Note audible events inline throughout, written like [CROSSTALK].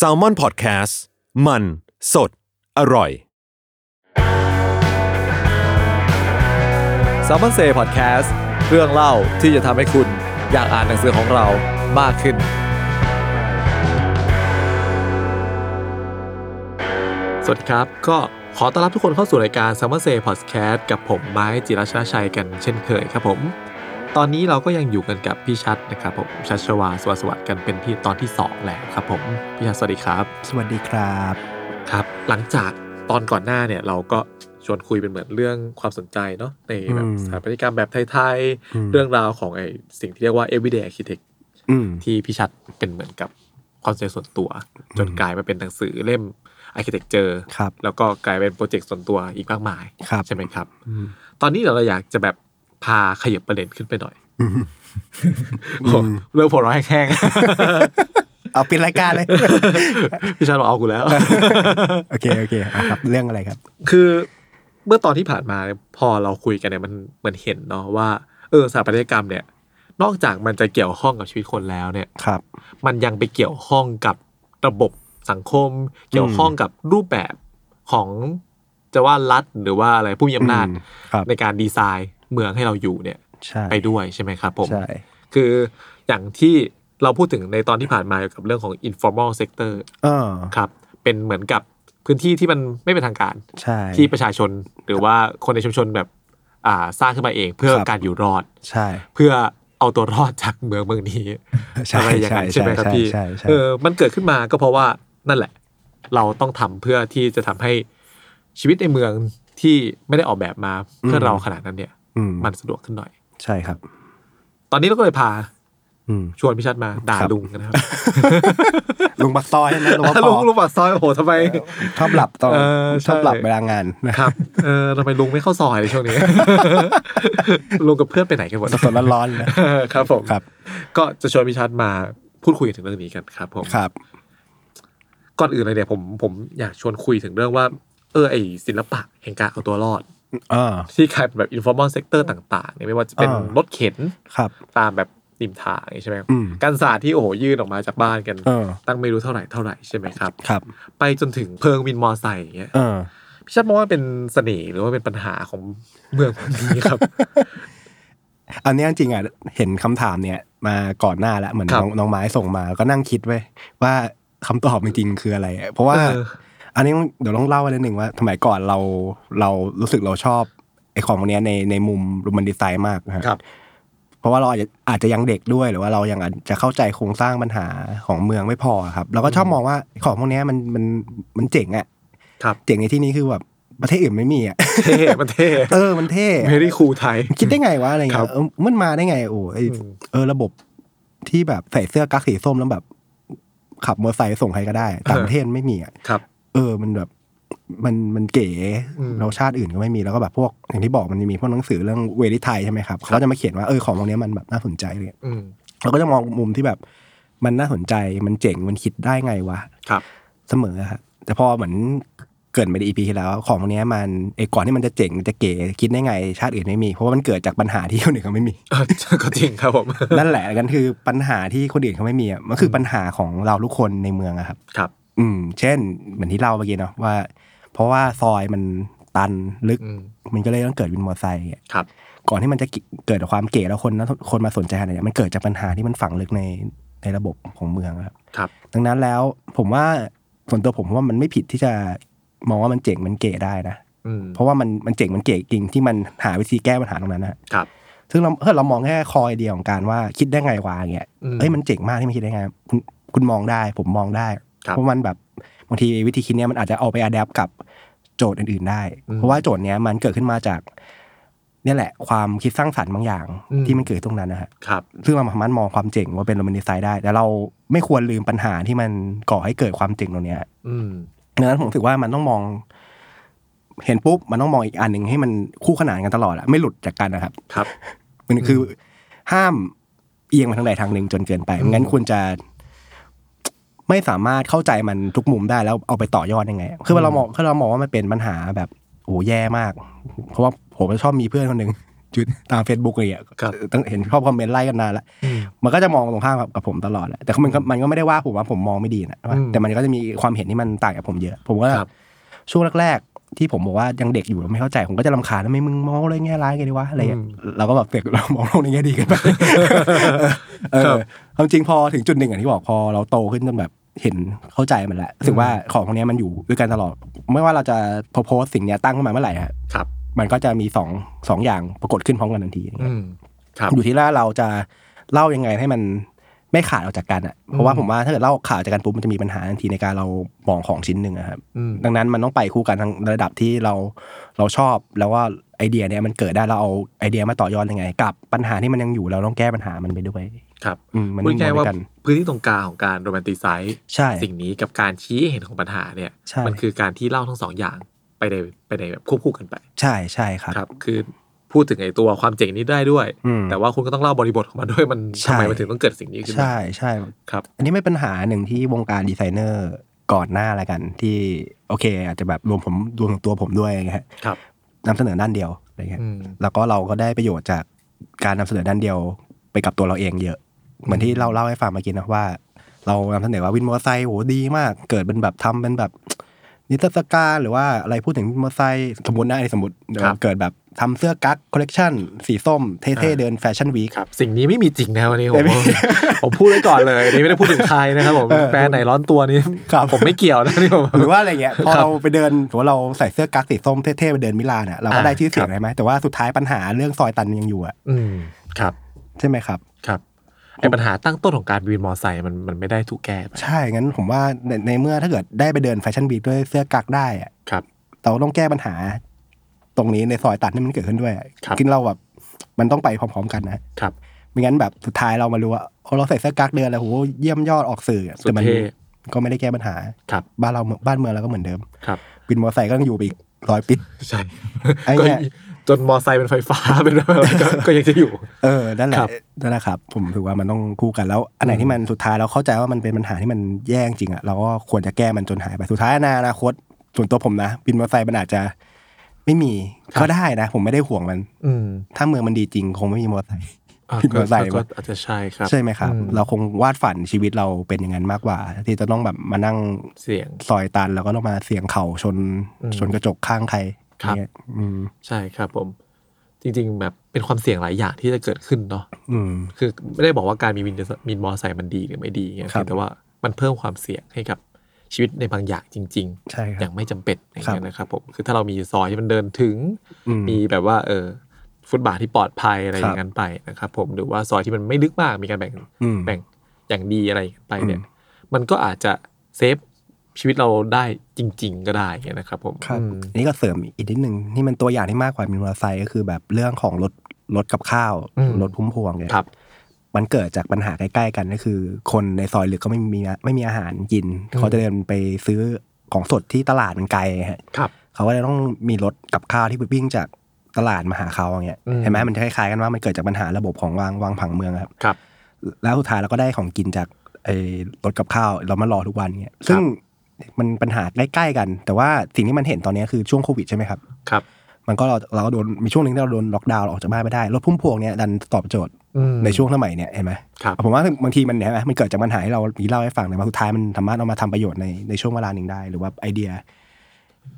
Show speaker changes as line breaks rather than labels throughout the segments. s a l ม o n PODCAST มันสดอร่อย
s ซ m ม o n เซ่พอดแคสต์เรื่องเล่าที่จะทำให้คุณอยากอ่านหนังสือของเรามากขึ้น สวัสดีครับ ก็ขอต้อนรับทุกคนเข้าสู่รายการ s ซ m ม o n เซ่พอดแคสต์กับผมไม้จิรชนะชัยกันเช่นเคยครับผม ตอนนี้เราก็ยังอยู่กันกับพี่ชัดนะครับผมชัชวาสวัสดิ์สวัสดิ์กันเป็นที่ตอนที่สองแล้วครับผมพี่ชัดสวัสดีครับ
สวัสดีครับ
ครับหลังจากตอนก่อนหน้าเนี่ยเราก็ชวนคุยเป็นเหมือนเรื่องความสนใจเนาะในแบบ
อืม
สถาปัตยกรรมแบบไทย
อืม
ๆ เรื่องราวของไอสิ่งที่เรียกว่า everyday architect
อืม
ที่พี่ชัดเป็นเหมือนกับความสนใจส่วนตัว จนกลายมาเป็นหนังสือเล่ม architecture
ครับ
แล้วก็กลายเป็นโปรเจกต์ส่วนตัวอีกมากมาย
ครับ
ใช่ไหมครับ ตอนนี้เราอยากจะแบบพาขยับประเด็นขึ้นไปหน่อยโอ้เริ่มหัวเร้อแห้ง
[LAUGHS] เอาปิดราย [LAUGHS] การเลย
ๆ [LAUGHS] พี่ชัดบอกเอากู
[LAUGHS]
แล้ว
โอเคโอเคอ่ะครับ เรื่องอะไรครับ
คือเมื่อตอนที่ผ่านมาเนี่ยพอเราคุยกันเนี่ยมันเหมือนเห็นเนาะว่า เออสถาปัตยกรรมเนี่ย นอกจากมันจะเกี่ยวข้องกับชีวิตคนแล้วเนี่ย
ครับ
มันยังไปเกี่ยวข้องกับระบบสังคม เกี่ยวข้องกับรูปแบบของจะว่ารัฐหรือว่าอะไรผู้มีอำนาจ
อืมครับ
ในการดีไซน์เมืองให้เราอยู่เนี่ย
ใช่
ไปด้วยใช่ไหมครับผม
ใช่
คืออย่างที่เราพูดถึงในตอนที่ผ่านมาเกี่ยวกับเรื่องของ informal sector
เออ
ครับเป็นเหมือนกับพื้นที่ที่มันไม่เป็นทางการ
ใช่
ที่ประชาชนหรือว่าคนในชุมชนแบบอ่าสร้างขึ้นมาเองเพื่อการอยู่รอด
ใช่
เพื่อเอาตัวรอดจากเมืองเมืองนี้
ใช่
อะไรอย่าง
ใช่
นั้นใช่
ใช่
ไหมครับ
ใช่
พี่
ใช่ใช่
เออมันเกิดขึ้นมาก็เพราะว่านั่นแหละ เราต้องทำเพื่อที่จะทำให้ชีวิตในเมืองที่ไม่ได้ออกแบบมาเพื่อเราขนาดนั้นเนี่ย
อืม
มันสะดวกขึ้นหน่อย
ใช่ครับ
ตอนนี้เราก็เลยพา
อืม
ชวนพี่ชัดมาด่า
ครับ
ลุงกันนะครับ
ลุงบักตอยนะลุง
[LAUGHS]
บักต
ลุ
อง
ลุงปากซอยโอ้โหทำไม
ชอบหลับตอน
เออใช่
ชอบหลับเวลางานนะครับ
เออทำไมลุงไม่เข้าซอยเลยช่วงนี้ [LAUGHS] ลุงกับเพื่อนไปไหนกันหมด
สดๆร้อนๆเลย
เออครับผม
ครับ
ก็จะชวนพี่ชัดมาพูดคุยกันถึงเรื่องนี้กันครับผม
ครับ
ก่อนอื่นเลยเนี่ยผมผมอยากชวนคุยถึงเรื่องว่า เออไอศิลปะแห่งการเอาตัวรอด
เออ
ที่กลายเป็นแบบ informal sector ต่างๆเนี่ยไม่ว่าจะเป็น
อ่า
รถเข็น
ครับ
ตามแบบริมทางใช่ไหมครับ
อืม
การศาสตร์ที่โอ้โหยื่นออกมาจากบ้านกัน
เออ
ตั้งไม่รู้เท่าไหร่เท่าไหร่ใช่ไหมครับ
ครับ
ไปจนถึงเพลิงวินมอไซค์อย่างเงี้ย
เออ
พี่ชัดมองว่าเป็นเสน่ห์หรือว่าเป็นปัญหาของเมืองคนนี้ครับ
อันเนี้ยจริงๆอ่ะเห็นคำถามเนี่ยมาก่อนหน้าแล้วเหมือน
ครับ
น้องน้องไม้ส่งมาแล้วก็นั่งคิดไว้ยว่าคำตอบจริงๆคืออะไร เพราะว่า
เออ
อันนี้เดี๋ยวต้องเล่าอะไรหนึ่งว่าสมัยก่อนเราเรารู้สึกเราชอบไอ้ของพวกเนี้ยในในมุมรูมันดีไซน์มากนะฮะ เพราะว่าเราอาจจะอาจจะยังเด็กด้วยหรือว่าเรายังอาจจะเข้าใจโครงสร้างปัญหาของเมืองไม่พอครับเราก็ชอบมองว่าของพวกเนี้ยมันมันมันเจ๋งอะ
ครับ
เจ๋งในที่นี้คือแบบประเทศอื่นไม่มีอะ [LAUGHS]
เท่มันเท่
เออมันเท่
เมรี่คูไทย
คิดได้ไงวะอะไร
ครั
เงี้
บ
ยเออมันมาได้ไงโอ้ไอ้
อืม
เออระบบที่แบบใส่เสื้อกั๊กสีส้มแล้วแบบ ขับมอเตอร์ไซค์ส่งใครก็ได้ต่างประเทศไม่มีอะ
ครับ
เออ มันแบบ มัน มันเก๋
อืม
เราชาติอื่นก็ไม่มี แล้วก็แบบพวก อย่างที่บอกมันมีพวกหนังสือเรื่องเวลิไทยใช่ไหมครับ เขาก็จะมาเขียนว่า เออ ของพวกเนี้ยมันแบบน่าสนใจเลย
อืม
เราก็จะมองมุมที่แบบ มันน่าสนใจ มันเจ๋ง มันคิดได้ไงวะ
ครับ
เสมอครับแต่พอเหมือนเกิดไปในอีพีที่แล้ว ของพวกเนี้ยมันไอ้ก่อนที่มันจะเจ๋ง จะเก๋ คิดได้ไง ชาติอื่นไม่มี เพราะว่ามันเกิดจากปัญหาที่คนอื่นเขาไม่มี
เออ [LAUGHS] ก็จริงครับผม
[LAUGHS] นั่นแหละกันคือปัญหาที่คนอื่นเขาไม่มีอะมันคือปัญหาของเราทุกคนในเมืองอะครับ
ครับ
อืมเช่นเหมือนที่เล่าเมื่อกี้เนาะว่า เพราะว่าซอยมันตันลึก
อืม
มันก็เลยต้องเกิดวินมอเตอร์ไซค์อะ
ครับ
ก่อนที่มันจะกิเกิดความเก๋แล้วคนนะคนมาสนใจขนาดเนี้ยมันเกิดจากปัญหาที่มันฝังลึกในในระบบของเมืองอะครับ
ครับ
ดังนั้นแล้วผมว่าส่วนตัวผมว่ามันไม่ผิดที่จะมองว่ามันเจ๋งมันเก๋ได้นะ
อืม
เพราะว่ามันมันเจ๋งมันเก๋จริงที่มันหาวิธีแก้ปัญหาตรงนั้นนะครับ ซึ่งเราเออเรามองแค่คอยเดียวของการว่าคิดได้ไงวะอย่างเงี้ย
อืม
เอ้ยมันเจ๋งมากที่มันคิดได้ไงคุณคุณมองได้ผมมองได้
ครับ
เพราะมันแบบบางทีวิธีคิดเนี้ยมันอาจจะเอาไปอัดแอปกับโจทย์อื่นๆได้
อืม
เพราะว่าโจทย์เนี้ยมันเกิดขึ้นมาจากเนี่ยแหละ ความคิดสร้างสรรค์บางอย่าง
อืม
ที่มันเกิดตรงนั้นนะฮะ
ครับ
ซึ่งเราสามารถมองความเจ๋งว่าเป็นโรแมนติไซด์ได้แต่เราไม่ควรลืมปัญหาที่มันก่อให้เกิดความเจ๋งตรงเนี้ย
อืม
ดังนั้นผมถือว่ามันต้องมอง เห็นปุ๊บมันต้องมองอีกอันหนึ่งให้มันคู่ขนานกันตลอดอะไม่หลุดจากกันนะครับ
ครับ
มันคือห้ามเอียงมาทางใดทางหนึ่งจนเกินไป
อืม
งั้นคุณจะไม่สามารถเข้าใจมันทุกมุมได้แล้วเอาไปต่อยอดยังไง คือเรามองคือเรามองว่ามันเป็นปัญหาแบบโอ้แย่มาก เพราะว่าผมชอบมีเพื่อนคนหนึ่ง จุดตาม Facebook อะไรอย่างเงี้ย
ครับ
ตั้งเห็นชอบคอมเมนต์ไล่กันนานละ มันก็จะมองตรงข้ามกับกับผมตลอดแหละแต่มันก็มันก็ไม่ได้ว่าผมว่าผมมองไม่ดีนะว่า
อืม
แต่มันก็จะมีความเห็นที่มันต่างกับผมเยอะ ผมก็
ครับ
ช่วงแรกๆ ที่ผมบอกว่ายังเด็กอยู่ไม่เข้าใจ ผมก็จะรำคาญทำไมมึงมองอะไรแง่ร้ายกันดีวะอะไรเงี้ย
อืม
เราก็แบบเด็กเรามองโลกในแง่ดีกัน
[LAUGHS]
ไปเออ
ครับ
ความจริงพอถึงจุดหนึ่งอย่างที่บอกพอเราโตขึ้นจนแบบเห็นเข้าใจมันละรู้สึกว่าของพวกเนี้ยมันอยู่ด้วยกันตลอด ไม่ว่าเราจะโพสสิ่งเนี้ยตั้งขึ้นมาเมื่อไหร่ฮะ
ครับ
มันก็จะมีสองสองอย่างปรากฏขึ้นพร้อมกันทันที
อืมครับ
อยู่ที่ว่าเราจะเล่ายังไงให้มันไม่ขาดออกจากกันอ่ะเพราะว่าผมว่าถ้าเกิดเล่าขาดจากกันปุ๊บมันจะมีปัญหาทันทีในการเรามองของชิ้นหนึ่งอะครับ
อืม
ดังนั้นมันต้องไปคู่กันทั้งระดับที่เราเราชอบแล้วว่าไอเดียเนี่ยมันเกิดได้เราเอาไอเดียมาต่อยอดยังไง กับปัญหาที่มันยังอยู่เราต้องแก้ปัญหามันไปด้วย
ครับ
อืมมัน
พูดง่ายๆ
มองด้
ว่า
วยกัน
พื้นที่ตรงกลางของการโรแมนติไซส์
ใช่
สิ่งนี้กับการชี้ให้เห็นของปัญหาเนี่ย
ใช่
มันคือการที่เล่าทั้งสองอย่างไปในไปในแบบควบคู่กันไป
ใช่ใช่ครับ
ครับ คือพูดถึงไอ้ตัวความเจ๋งนี้ได้ด้วย
อืม
แต่ว่าคุณก็ต้องเล่าบริบทของมันด้วยมัน
ใช่
ทำไมมันถึงต้องเกิดสิ่งนี้ขึ้นมา
ใช่ใช่
ครับ
อันนี้ไม่เป็นปัญหาหนึ่งที่วงการดีไซเนอร์ก่อนหน้าละกัน ที่โอเค อาจจะแบบรวมผมรวมถึงตัวผมด้วยอะไรเงี้ย
ครับ
นำเสนอด้านเดียวอะไรเงี้ย
อืม
แล้วก็เราก็ได้ประโยชน์จากการนำเสนอด้านเดียวไปกับตัวเราเองเยอะ เหมือนที่เราเล่าให้ฟังเมื่อกี้นะว่า เรานำเสนอว่าวินมอเตอร์ไซค์โหดีมาก เกิดเป็นแบบทำเป็นแบบ นิทรรศการหรือว่าอะไรพูดถึงวินมอเตอร์ไซค์สมมตินะอันนี้สมมติเดี๋ยว
ครับ
เกิดแบบทำเสื้อกั๊กคอลเลกชันสีส้มเท่
อ่า
ๆเดินแฟชั่นวีค
ครับ สิ่งนี้ไม่มีจริงนะวันนี้ผ
ไม่
ม [LAUGHS]
มี
ผมพูดไว้ก่อนเลยอันนี่ไม่ได้พูดถึงใครนะครับผม
เออ
แฟนไหนร้อนตัวนี้
ครับ
ผมไม่เกี่ยวนะนี่ผม
หรือว่าอะไรเงี้ยพอ
ครับ
เราไปเดินถือว่าเราใส่เสื้อกั๊กสีส้มเท่ๆไปเดินมิลานอ่ะเราก็
อ่า
ได้ชื่อเสีย
ครั
ง
บ
ใช่ไหมแต่ว่าสุดท้ายปัญหาเรื่องซอยตันยังอยู่อ่ะ
อืมครับ
ใช่ไหมครับ
ครับไอ้ปัญหาตั้งต้นของการวินมอไซค์มันมันไม่ได้ถูกแก้ไป
ใช่งั้นผมว่าในในเมื่อถ้าเกิดได้ไปเดินแฟชั่นวีคด้วยเสื้อกั๊กได้อ่ะ
ครับ
เราต้องแก้ปัญหาตรงนี้ในซอยตัดที่มันเกิดขึ้นด้วย
ครับ
อเราแบบมันต้องไปพร้อมๆกันนะครับ ไม่งั้นแบบสุดท้ายเรามารู้ว่าโอ้เราใส่เสื้อกั๊กเดินแล้วโหเยี่ยมยอดออกสื่อ
สุด
แต่มั
เท่
ก็ไม่ได้แก้ปัญหา
ครับ
บ้านเราบ้านเมืองเราก็เหมือนเดิม
ครับ
วินมอเตอร์ไซค์ก็ต้องอยู่ไปอีกร้อยปี
ใช่
ไอ้
ก็
เนี่ย
จนมอไซค์เป็นไฟฟ้าเป็นอะไรก็ก็ยังจะ [LAUGHS] อยู่
เออนั่นแห
ครั
ละ
บ
นั่นแหละครับ ผมถือว่ามันต้องคู่กันแล้วอันไหนที่มันสุดท้ายเราเข้าใจว่ามันเป็นปัญหาที่มันแย่จริงๆอ่ะเราก็ควรจะแก้มันจนหายไปสุดท้ายในอนาคตส่วนตัวผมนะวินมอเตอร์ไซค์มันอาจจะ ไม่มี
ครับ
ก็ได้นะ ผมไม่ได้ห่วงมัน
อืม
ถ้าเมืองมันดีจริงคงไม่มีมอเตอร์ไซค์
อ่ะ
วินมอไซค์
ก็ก็อาจจะใช่ครับ
ใช่ไหมครับ
อืม
เราคงวาดฝันชีวิตเราเป็นอย่างนั้นมากกว่า ที่จะต้องแบบมานั่ง
เสียง
ซอยตันแล้วก็ต้องมาเสียงเข่าชน
อืม
ชนกระจกข้างใคร
ครับ
เนี่ยอืม
ใช่ครับผม จริงๆ แบบเป็นความเสี่ยงหลายอย่างที่จะเกิดขึ้นเนาะ
อืม
คือไม่ได้บอกว่าการมีวินมินมอไซค์มันดีหรือไม่ดีอย่างเงี้ย
ครับ
แต่ว่ามันเพิ่มความเสี่ยงให้กับชีวิตในบางอย่างจริง
ใช่
ๆ
ค
อ
รั
ย่า
บ
งไม่จำเป็นอย่าง
ครับ
เงี้ยนะครับผมคือถ้าเรามีซอยที่มันเดินถึง
อืม
มีแบบว่าเออฟุตบาทที่ปลอดภัยอะไร
ค
อ
รับ
ย่างนั้นไปนะครับผมหรือว่าซอยที่มันไม่ลึกมากมีการแบ่ง
อืม
แบ่งอย่างดีอะไรอย่างนั้นไปเนี่ย
อืม
มันก็อาจจะเซฟชีวิตเราได้จริง ๆ ก็ได้อย่างเงี้ยนะครับผม
ครับ
อืม
อันนี่ก็เสริมอีกนิดนึงนี่มันตัวอย่างที่มากกว่ามินมอเตอร์ไซค์ก็คือแบบเรื่องของรถรถกับข้าว
อืม
รถพุ่มพวงเนี่ย
ครับ
มันเกิดจากปัญหาใกล้ๆกันก็คือ คนในซอยลึกก็ไม่มีไม่มีอาหารกิน เขาจะเดินไปซื้อของสดที่ตลาดมันไกลฮะ
ครับ
เขาก็เลยต้องมีรถกับข้าวที่วิ่งจากตลาดมาหาเขาอย่างเงี้ย
อืม
เห็นไหมมันจะคล้ายๆกันว่ามันเกิดจากปัญหาระบบของวางวางผังเมืองครับ
ครับ
แล้วสุดท้ายเราก็ได้ของกินจากไอ้รถกับข้าวเรามารอทุกวันเงี้ยซึ่งมันปัญหาใกล้ๆกัน แต่ว่าสิ่งที่มันเห็นตอนนี้คือช่วงโควิดใช่ไหมครับ
ครับ
มันก็เราเราก็โดนมีช่วงหนึ่งที่เราโดนล็อกดาวน์เราออกจากบ้านไม่ได้รถพุ่มพวงเนี่ยดันตอบโจทย์
อืม
ในช่วงสมัยเนี่ยเห็นไหม
ครับ
ผมว่าบางทีมันเห็นไหมมันเกิดจากปัญหาที่เราเล่าให้ฟังแต่ว่าสุดท้ายมันสามารถเอามาทำประโยชน์ในในช่วงเวลาหนึ่งได้ หรือว่าไอเดีย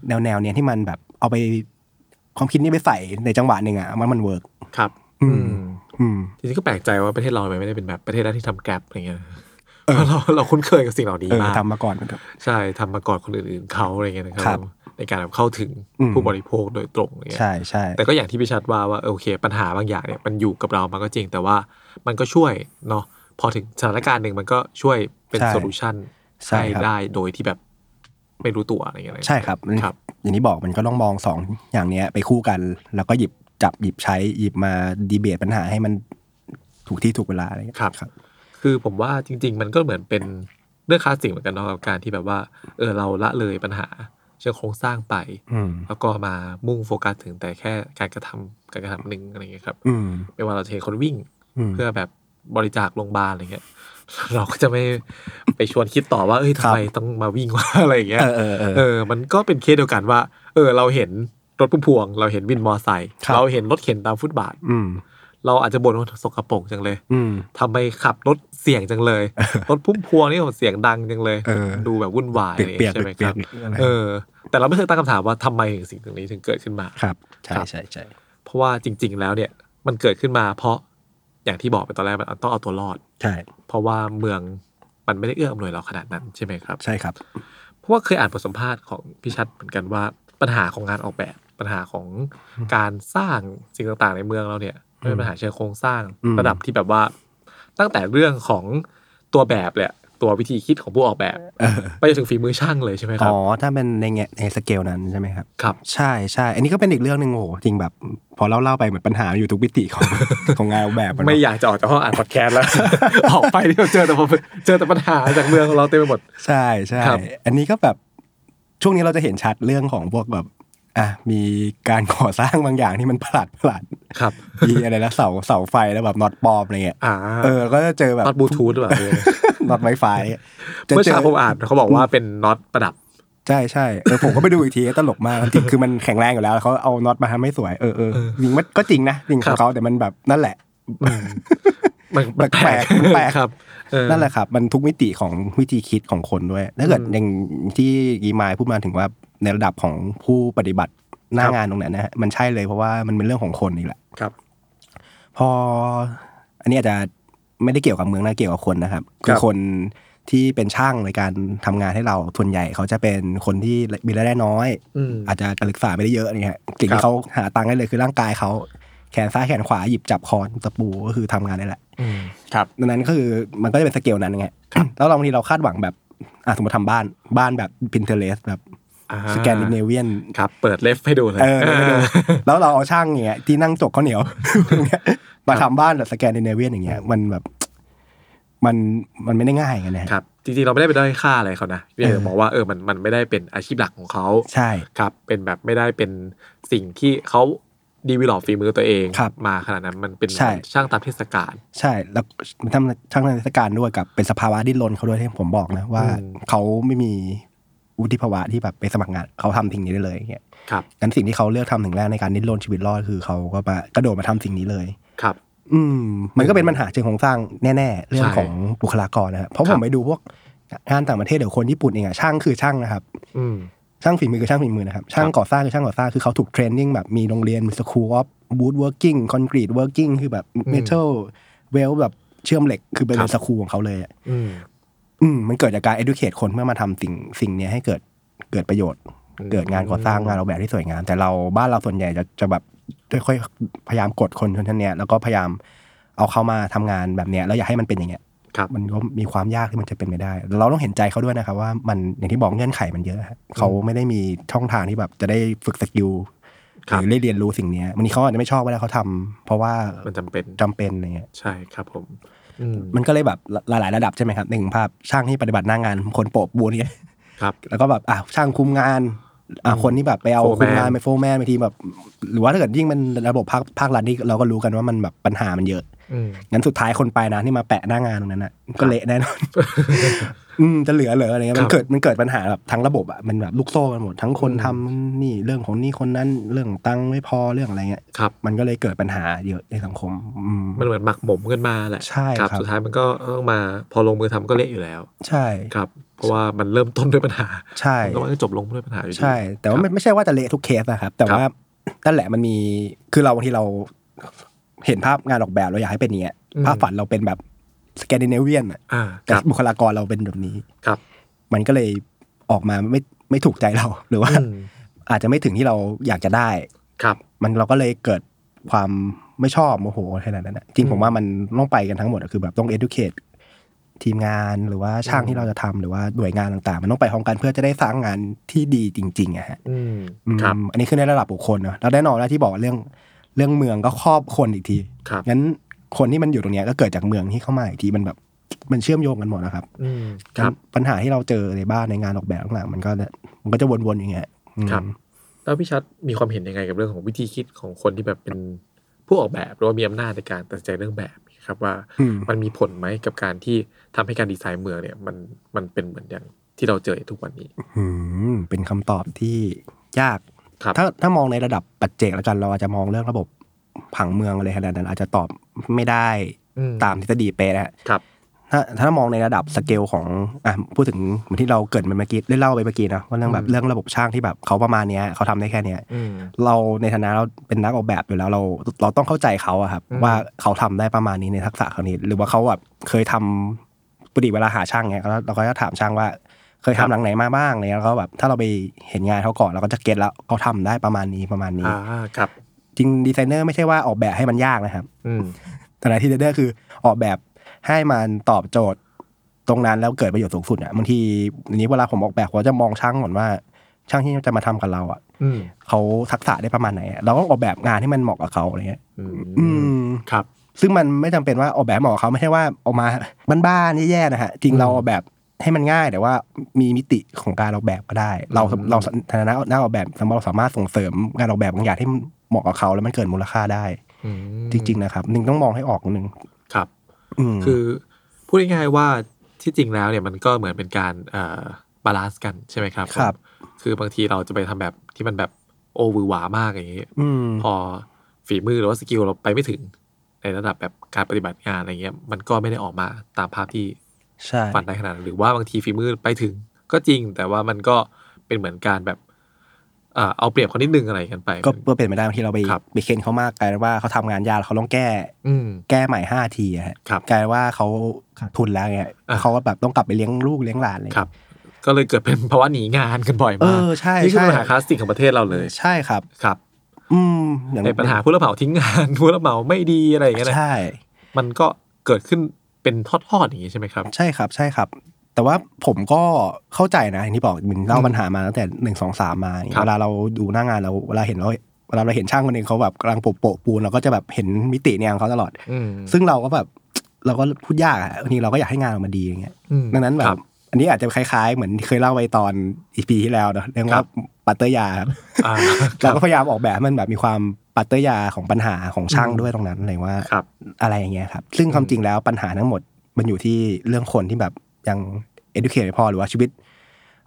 แนวแนวๆเนี้ยที่มันแบบเอาไปความคิดนี้ไปใส่ในจังหวะหนึ่งอะมันมันเวิร์ก
ครับ
อื
อื
ม
ม
อืม
จริงๆก็แปลกใจว่าประเทศเราทำไมไม่ได้เป็นแบบประเทศแรกที่ทำแกร็บอะไรเงี้ยเพราะเรา [LAUGHS] เราคุ้นเคยกับสิ่งเหล่านี้
เออ
มาก
ทำมาก่อนนะครับ
ใช่ทำมาก่อนคนอื่นๆเขาอะไรเงี้ยนะค
ครั
รับ ในการแบบเข้าถึง
อืม
ผู้บริโภคโดยตรงอะไรเงี้ย
ใช่ใช่
แต่ก็อย่างที่พี่ชัดว่าว่าเออโอเค ปัญหาบางอย่างเนี่ยมันอยู่กับเรามันก็จริงแต่ว่ามันก็ช่วยเนาะพอถึงสถานการณ์หนึ่งมันก็ช่วยเป็น
ใช่
โซลูชัน
ใช่
ให้
ครับ
ได้โดยที่แบบไม่รู้ตัวอะไรเงี้ยนะ
ใช่ครับมัน
ครับ
อย่างที่บอกมันก็ต้องมองสองอย่างเนี้ยไปคู่กัน แล้วก็หยิบจับหยิบใช้หยิบมาดีเบตปัญหาให้มันถูกที่ถูกเวลาอะไรเงี้ย
ครับ
ครับ
คือผมว่าจริง ๆ มันก็เหมือนเป็นเรื่องคลาสสิกเหมือนกันเนาะกับการที่แบบว่าเออเราละเลยปัญหาเชิงโครงสร้างไป
อืม
แล้วก็มามุ่งโฟกัสถึงแต่แค่การกระทำการกระทำหนึ่งอะไรเงี้ยครับ
อืม
ไม่ว่าเราจะเห็นคนวิ่ง
อืม
เพื่อแบบบริจาคโรงพยาบาลอะไรเงี้ย [LAUGHS] เราก็จะไม่ไปชวนคิดต่อว่าเอ้ย
ครั
ทำ
บ
[LAUGHS] ไมต้องมาวิ่งว่า อะไรอย่างเงี้ย
เออเออเอ
เอ
อ
อมันก็เป็นเคสเดียวกันว่า เออเราเห็น รถพุ่มพวง เราเห็นวินมอไซค์
ครับ
เราเห็นรถเข็นตามฟุตบาท
อืม
เราอาจจะบ่นว่าสกปรกจังเลย
อืม
ทำไมขับรถเสียงจังเลย รถพุ่มพวงนี่ผมเสียงดังจังเลย
เออ
ดูแบบวุ่นวายอะไรอย่าง
เปียกๆ
งี้ใช่ไหมค
เปีย
รั
ก
บ
ๆอะไร
เออ แต่เราไม่เคยตั้งคำถามว่าทำไมถึงสิ่งตรงนี้ถึงเกิดขึ้นมา
ครับใช่
ครับ
ใช่ใช่
เพราะว่าจริง ๆ แล้วเนี่ยมันเกิดขึ้นมา เพราะอย่างที่บอกไปตอนแรกมันต้องเอาตัวรอด
ใช่
เพราะว่าเมืองมันไม่ได้เอื้ออำนวยเราขนาดนั้นใช่ไหมครับ
ใช่ครับ
เพราะว่าเคยอ่านบทสัมภาษณ์ของพี่ชัดเหมือนกันว่าปัญหาของงานออกแบบ ปัญหาของการสร้างสิ่งต่างๆในเมืองเราเนี่ยมันเป็นปัญหาเชิงโครงสร้าง
อืม
ระดับที่แบบว่า ตั้งแต่เรื่องของตัวแบบเลยอะตัววิธีคิดของผู้ออกแบบ
เออ
ไปจนถึงฝีมือช่างเลยใช่ไหมครั
อ๋
บ
อถ้าเป็นในแง่ในสเกลนั้นใช่ไหมครับ
ครับ
ใช่ใช่ อันนี้ก็เป็นอีกเรื่องหนึ่งโอ้โหจริงแบบ พอเล่าเล่าๆไปเหมือนปัญหามันอยู่ทุกมิติของ [LAUGHS] ของงานออกแบบอะเนอะ
ไม่อยากจะออกจากห้องอ่านพอดแคส
[LAUGHS]
ต์แล้ว ออกไปที่เราเจอแต่ผมเจอแต่ปัญหาจากเมืองของเราเต็มไปหมด
ใช่ใช่
ครับ
อันนี้ก็แบบช่วงนี้เราจะเห็นชัดเรื่องของพวกแบบอ่ะมีการก่อสร้างบางอย่างที่มันประหลาดประหลาด
ครับ
มีอะไรนะเสาเสาไฟแล้วแบบน็อตปลอมอะไรเงี้ย
อ่า
เออแล้วก็จะเจอแบบ
น็อตบลูทูธหรือเปล่า
น็อตไวไฟ
[LAUGHS] เมื่อเช้าผมอ่านเขาบอกว่าเป็นน็อตประดับ
ใช่ใช่เออผมก็ไปดูอีกทีตลกมากจริงๆคือมันแข็งแรงอยู่แล้วแล้วเขาเอาน็อตมาทำให้สวยเออเออจริงมันก็จริงนะจริงข
ค
อ
รั
บ งเขาแต่มันแบบนั่นแหละ
มันมันแปลก
มันแปลก
ครับเออ
นั่นแหละครับ มันทุกมิติของวิธีคิดของคนด้วย ถ้าเกิดอย่างที่ยีมายพูดมาถึงว่าในระดับของผู้ปฏิบัติหน้า
ครับ
งานตรงนั้นนะฮะมันใช่เลยเพราะว่ามันเป็นเรื่องของคนนี่แหละ
ครับ
พออันนี้อาจจะไม่ได้เกี่ยวกับเมืองนะเกี่ยวกับคนนะครับ คื
ค
อ
รับ
คนที่เป็นช่างในการทำงานให้เราส่วนใหญ่เขาจะเป็นคนที่มีรายได้น้อย
อืม
อาจจะการศึกษาไม่ได้เยอะนี่ฮะสิ่ง
ครับ
ที่เขาหาตังค์ได้เลยคือร่างกายเขาแขนซ้ายแขนขวาหยิบจับคอนตะปูก็คือทำงานได้แหละ
อืม
ครับดังนั้นก็คือมันก็จะเป็นสเกลนั้นไง [COUGHS] แล้วเราบางทีเราคาดหวังแบบอ่ะสมมติทำบ้านบ้านแบบ Pinterest แบบ
อ่า
สแกนดิเนเวียน
ครับ เปิดเลฟให้ดูเลย
เออแล้วก็แล้วเราเอาช่างอย่างเงี้ยที่นั่งจกข้าวเหนียว [LAUGHS] อย่างเงี้ยมาทำบ้านแบบสแกนดิเนเวียนอย่างเงี้ยมันแบบมันมันไม่ได้ง่ายกันนะฮะ
ครับ จริงๆ เราไม่ได้ไปด้อยค่าอะไรเขานะเพียง
เออ
แต่บอกว่าเออ มัน มันไม่ได้เป็นอาชีพหลักของเขา
ใช่
ครับ เป็นแบบไม่ได้เป็นสิ่งที่เขาดีวิลอฝีมือตัวเอง
ครับ
มาขนาดนั้น มันเป็น
ใช่
ช่างตามเทศกาล
ใช่แล้วมันทำช่างราชการด้วยกับเป็นสภาวะดิ้นรนเขาด้วยที่ผมบอกนะว่า
อืม
เขาไม่มีวุฒิภาวะที่แบบไปสมัครงานเขาทำสิ่งนี้ได้เลยอย่างเงี้ย
ครับ
งั้นสิ่งที่เขาเลือกทำถึงแรกในการดิ้นรนชีวิตรอดคือเขาก็มากระโดดมาทำสิ่งนี้เลย
ครับ
อืม มันก็เป็นปัญหาเชิงโครงสร้างแน่ ๆ เรื่องของบุคลากรนะครับเพราะ
ค
ผ
รับ
มไปดูพวกงานต่างประเทศเดี๋ยวคนญี่ปุ่นเองอะช่างคือช่างนะครับ
อืม
ช่างฝีมือคือช่างฝีมือนะครับ ช่างก่อสร้างคือช่างก่อสร้างคือเขาถูกเทรนนิ่งแบบมีโรงเรียนมีสคูลออฟบูธเวิร์กิ่งคอนกรีตเวิร์กิ่งคือแบบเมทัลเวลแบบเชื่อมเหล็กคือเป็น
ครับ
สคูลของเขาเลยอะ
อืม
อืมมันเกิดจากการ educate คนเมื่อมาทำสิ่งสิ่งเนี้ยให้เกิดเกิดประโยชน์
อืม
เกิดงานก่อสร้างงานออกแบบที่สวยงาม แต่เราบ้านเราส่วนใหญ่จะจะแบบค่อยๆพยายามกดคนชนชั้นเนี้ยแล้วก็พยายามเอาเขามาทำงานแบบเนี้ยแล้วอยากให้มันเป็นอย่างเงี้ย
ครับ
มันก็มีความยากที่มันจะเป็นไปได้แล้วเราต้องเห็นใจเขาด้วยนะครับว่ามันอย่างที่บอกเงื่อนไขมันเยอะฮะเขาไม่ได้มีช่องทางที่แบบจะได้ฝึกสกิล
ครั
ห
บ
รือได้เรียนรู้สิ่งเนี้ยบางทีเขาอาจจะไม่ชอบเวลาเขาทำเพราะว่า
มันจำเป็น
จำเป็นอะไรเงี้ย
ใช่ครับผม อืม
มันก็เลยแบบหลายๆระดับใช่ไหมครับหนึ่งภาพช่างที่ปฏิบัติหน้างานคนโปะบูนเงี้ย
ครับ
แล้วก็แบบอ่ะช่างคุมงานอ่ะคนที่แบบไปเอา
Foreman
คุมงานไปโฟร์แมนไปทีแบบ หรือว่าถ้าเกิดยิ่งมันระบบภาคภาครัฐนี่เราก็รู้กันว่ามันแบบปัญหามันเยอะ
อืม
งั้นสุดท้ายคนไปลายนะที่มาแปะหน้างานตรงนั้นน่ะก็เละแน่นอน อืมจะเหลือเหลืออะไรเงี้ย
ครั
มั
บ
นเกิดมันเกิดปัญหาแบบทั้งระบบอ่ะมันแบบลูกโซ่กันหมดทั้งคนทำนี่เรื่องของนี่คนนั้นเรื่องตังค์ไม่พอเรื่องอะไรเงี้ย
ครับ
มันก็เลยเกิดปัญหาเยอะในสังคมอืม
มันเหมือนหมักหมมกันมาแหละ
ใช่ครับ
สุดท้ายมันก็ต้องมา พอลงมือทำก็เละอยู่แล้ว
ใช่
ครับ เพราะว่ามันเริ่มต้นด้วยปัญหา
ใช่
แล้วมันก็จบลงด้วยปัญหาอยู่ดี
ใช่ แต่ว่าไม่ไม่ใช่ว่าจะเละทุกเคสนะครับ แต่ว่านั่นแหละมันมีคือเราบางทีเราเห็นภาพงานออกแบบเราอยากให้เป็นอย่างเนี้ย
อืม
ภาพฝันเราเป็นแบบสแกนดิเนเวียนอะ
อ่าค
แต่
รับ
บุคลากรเราเป็นแบบนี้
ครับ
มันก็เลยออกมาไม่ไม่ถูกใจเรา [LAUGHS] หรือว่า
อืม
อาจจะไม่ถึงที่เราอยากจะได้
ครับ
มันเราก็เลยเกิดความไม่ชอบโมโหขนาดนั้นนะจริงผมว่ามันต้องไปกันทั้งหมดอะคือแบบต้อง educate ทีมงานหรือว่าช่างที่เราจะทำหรือว่าหน่วยงานต่างๆ มันต้องไปพร้อมกันเพื่อจะได้สร้างงานที่ดีจริงๆอะฮะ
อืม
อืม
ครับ
อันนี้คือในระดับบุคคลเนอะแล้วแน่นอนแล้วที่บอกเรื่องเรื่องเมืองก็ครอบคนอีกที
ครับ
งั้นคนที่มันอยู่ตรงเนี้ยก็เกิดจากเมืองที่เข้ามาอีกทีมันแบบมันเชื่อมโยงกันหมดนะครับ
อืมครับ
งั้นปัญหาที่เราเจอในบ้านในงานออกแบบข้างหลังมันก็มันก็จะวนๆอย่างเงี้ยอืม
ครับ แล้วพี่ชัดมีความเห็นยังไงกับเรื่องของวิธีคิดของคนที่แบบเป็นผู้ออกแบบหรือว่ามีอำนาจในการตัดสินใจเรื่องแบบครับว่า
อืม
มันมีผลไหมกับการที่ทำให้การดีไซน์เมืองเนี่ยมันมันเป็นเหมือนอย่างที่เราเจอทุกวันนี้
อืมเป็นคำตอบที่ยาก
ครับ
ถ้าถ้ามองในระดับปัจเจกแล้วกันเราอาจจะมองเรื่องระบบผังเมืองอะไรขนาดนั้น อาจจะตอบไม่ได้
อื
ตามทฤษฎีเป๊ะนะฮะ
ครับ
ถ้าถ้ามองในระดับสเกลของอ่ะพูดถึงเหมือนที่เราเกริดไปเมื่อกี้ได้เล่าไปเมื่อกี้นะว่าเรื่องแบบ
อืม
เรื่องระบบช่างที่แบบเขาประมาณเนี้ยเขาทำได้แค่เนี้ย
อืม
เราในฐานะเราเป็นนักออกแบบอยู่แล้วเราเราต้องเข้าใจเขาอะครับ
อืม
ว่าเขาทำได้ประมาณนี้ในทักษะเขานี้ หรือว่าเขาแบบเคยทำปกติเวลาหาช่างเนี้ยเราเราก็จะถามช่างว่า เคยทำหลังไหนมาบ้างอะไรเนี่ยแล้วก็แบบถ้าเราไปเห็นงานเขาก่อนเราก็จะเก็ตแล้วเขาทำได้ประมาณนี้ประมาณนี้
อ่าครับ
จริงดีไซเนอร์ไม่ใช่ว่าออกแบบให้มันยากนะครับ
อืม
แต่ในที่เดเดอร์คือออกแบบให้มันตอบโจทย์ตรงนั้นแล้วเกิดประโยชน์สูงสุดอ่ะบางทีอันนี้เวลาผมออกแบบผมก็จะมองช่างก่อนว่า ช่างที่จะมาทำกับเราอ่ะ
อืม
เขาทักษะได้ประมาณไหนอะเราก็ออกแบบงานให้มันเหมาะกับเขาอะไรเงี้ย
อื
อื
ม
ม
ครับ
ซึ่งมันไม่จำเป็นว่าออกแบบเหมาะกับเขาไม่ใช่ว่าออกมาบ้านๆแย่ๆนะฮะ จริง
อืม
เราออกแบบให้มันง่ายแต่ว่ามีมิติของการออกแบบก็ได้ เรา
อืม
เราฐานะนักออกแบบเราสามารถส่งเสริมงานออกแบบบางอย่างที่มันเหมาะกับเขาแล้วมันเกิดมูลค่าได้
อืม
จริง ๆ นะครับหนึ่งต้องมองให้ออกหนึ่ง
ครับ
อืม
คือพูดง่ายๆว่าที่จริงแล้วเนี่ยมันก็เหมือนเป็นการเอ่อบาลานซ์กันใช่ไหมครับผม
ครับ
คือบางทีเราจะไปทำแบบที่มันแบบโอเวอร์หวามากอย่างนี้
อืม
พอฝีมือหรือว่าสกิลเราไปไม่ถึง ในระดับแบบการปฏิบัติงานอะไรเงี้ยมันก็ไม่ได้ออกมาตามภาพที่
ใช่
ฝันได้ขนาดนั้นหรือว่าบางทีฝีมือไปถึง ก็จริงแต่ว่ามันก็เป็นเหมือนการแบบเอ่อเอาเปรียบเขานิดนึงอะไรกันไป
ก็เพื่อเป็นไปได้บางทีเราไป
ครับ
ไปเค้นเขามากกลายเป็นว่าเขาทำงานยากแล้วเขาต้องแก้
อืม
แก้ใหม่ห้าทีอะฮะ
ครับ
กลายว่าเขาขาดทุนแล้วไง
อ่ะ
เขาก็แบบต้องกลับไปเลี้ยงลูกเลี้ยงหลานเลย
ครับ ก็เลยเกิดเป็น [LAUGHS] ภาวะหนีงานกันบ่อย
เอ
มาก
อใช่
นี่คือ
ใช่
ปัญหาคลาสสิกของประเทศเราเลย
ใช่ครับ
ครับ
อืมอย่าง
ไอ้ปัญหาผู้รับเหมาทิ้งงาน [LAUGHS] ผู้รับเหมาไม่ดีอะไรอย่างเงี้ยนะ
ใช่
มันก็เกิดขึ้นเป็นทอดๆอย่างงี้ใช่ไหมครับ
ใช่ครับ ใช่ครับ แต่ว่าผมก็เข้าใจนะอย่างที่บอกมินเล่าปัญหามาตั้งแต่หนึ่งสองสามมาอย่าง
ครับ
เวลาเราดูหน้างานเราเวลาเห็นเราเวลาเราเห็นช่างคนหนึ่งเขาแบบกำลังโปะโปะปูนเราก็จะแบบเห็นมิติในงานเขาตลอด
อืม
ซึ่งเราก็แบบ เราก็พูดยากอะบางทีเราก็อยากให้งานออกมาดีอย่างเงี้ย
อืม
ดังนั้นแบ
ค
บ
รับ
อันนี้อาจจะคล้ายๆ เหมือนที่เคยเล่าไปตอนอีพีที่แล้วเนอะเรื่อง
ครั
ว่า
บ
ปัตเตอร์ยาครับ [LAUGHS]
อ่า
เราก็พยายามออกแบบให้มันแบบมีความปัตเตอร์ยาของปัญหาของช่างด้วยตรงนั้นอะไรว่า
ครับ
อะไรอย่างเงี้ยครับ ซึ่งความจริงแล้วปัญหาทั้งหมดมันอยู่ที่เรื่องคนที่แบบยัง educate ไม่พอหรือว่าชีวิต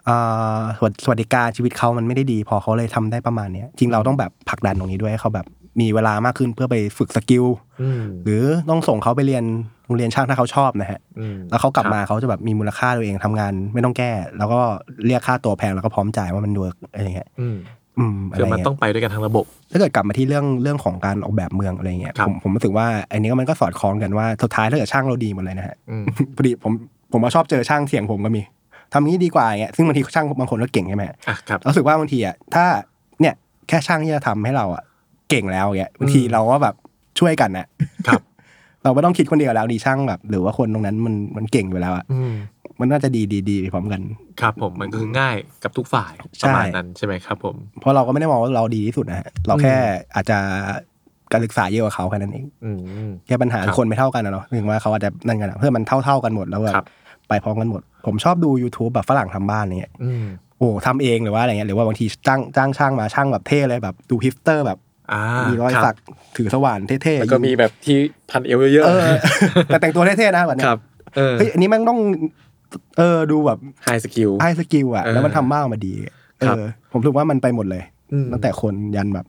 อ่าสวัสสวัสดิการชีวิตเขามันไม่ได้ดี พอเขาเลยทำได้ประมาณเนี้ยจริงเราต้องแบบผลักดันตรงนี้ด้วยให้เขาแบบมีเวลามากขึ้นเพื่อไปฝึกสกิล
อืม
หรือต้องส่งเขาไปเรียนโรงเรียนช่างถ้าเขาชอบนะฮะ
ม
แล้วเขากลับมา
ครั
เขาจะแบบมีมูลค่าตัวเองทำงานไม่ต้องแก้ แล้วก็เรียกค่าตัวแพงแล้วก็พร้อมจ่ายว่ามันเวิร์กอะไรเงี้ย
อืม
อืมอะไร
คือมัน
เงี้ย
ต้องไปด้วยกันทั้งระบบ
ถ้าเกิดกลับมาที่เรื่องเรื่องของการออกแบบเมืองอะไรเงี้ย
ครั
ผ
บ
มผมรู้สึกว่าอันนี้ก็มันก็สอดคล้องกันว่าสุดท้ายถ้าเกิดช่างเราดีหมดเลยนะฮะ
อืม
พอดีผมผมก็ชอบเจอช่างเถียงผมก็มีทำงี้ดีกว่าอย่างเงี้ยซึ่งบางทีช่างบางคนก็เก่งใช่ไหมฮะ
อ่ะครับ
รู้สึกว่าบางทีอ่ะถ้าเนี่ยแค่ช่างที่จะทำให้เราอ่ะเก่งแล้วเงี้ยบางที
อืม
เราก็แบบช่วยกันนะครับ [LAUGHS] เราไม่ต้องคิดคนเดียวแล้วดีช่างแบบ หรือว่าคนตรงนั้นมันมันเก่งอยู่แล้วอ่ะ
อืม
มันน่าจะดีดีดีไปพร้อมกัน
ครับผม มันก็คือง่ายกับทุกฝ่าย
ใช่
ประมาณนั้นใช่ไหมครับผม
เพราะเราก็ไม่ได้มองว่าเราดีที่สุดนะฮะ เราแค่อาจจะการศึกษาเยอะกว่าเขาแค่นั้นเอง
อืม
แค่ปัญหา
ครับ
คนไม่เท่ากันนะเนาะถึงว่าเขาอาจจะนั่นกันอะเพื่อมันเท่าเท่าๆกันหมดแล้วแบ
ครับ
บไปพร้อมกันหมด ผมชอบดู YouTube แบบฝรั่งทำบ้านเนี่ย
อืม
โอ้ทำเองหรือว่าอะไรเงี้ยหรือว่าบางทีจ้างจ้างช่างมาช่างแบบเท่เลยแบบดูฮิปสเตอร์แบบ
อ่า
มี
มี
รอยสักถือสว่านเท่ๆ
แล้วก็มีแบบที่พันเอวเยอะ
เออ แต่แต่งตัวเท่ๆนะแบบเนี้
ค
ย
รับ เออ
เฮ้ยอันนี้แมันต้องเออดูแบบ
ไฮสกิล
ไอ้สกิลอะแล้วมันทำบ้านออกมาดีเอ
ครับ
อผมรู้สึกว่ามันไปหมดเลย
อืม
ตั้งแต่คนยันแบบ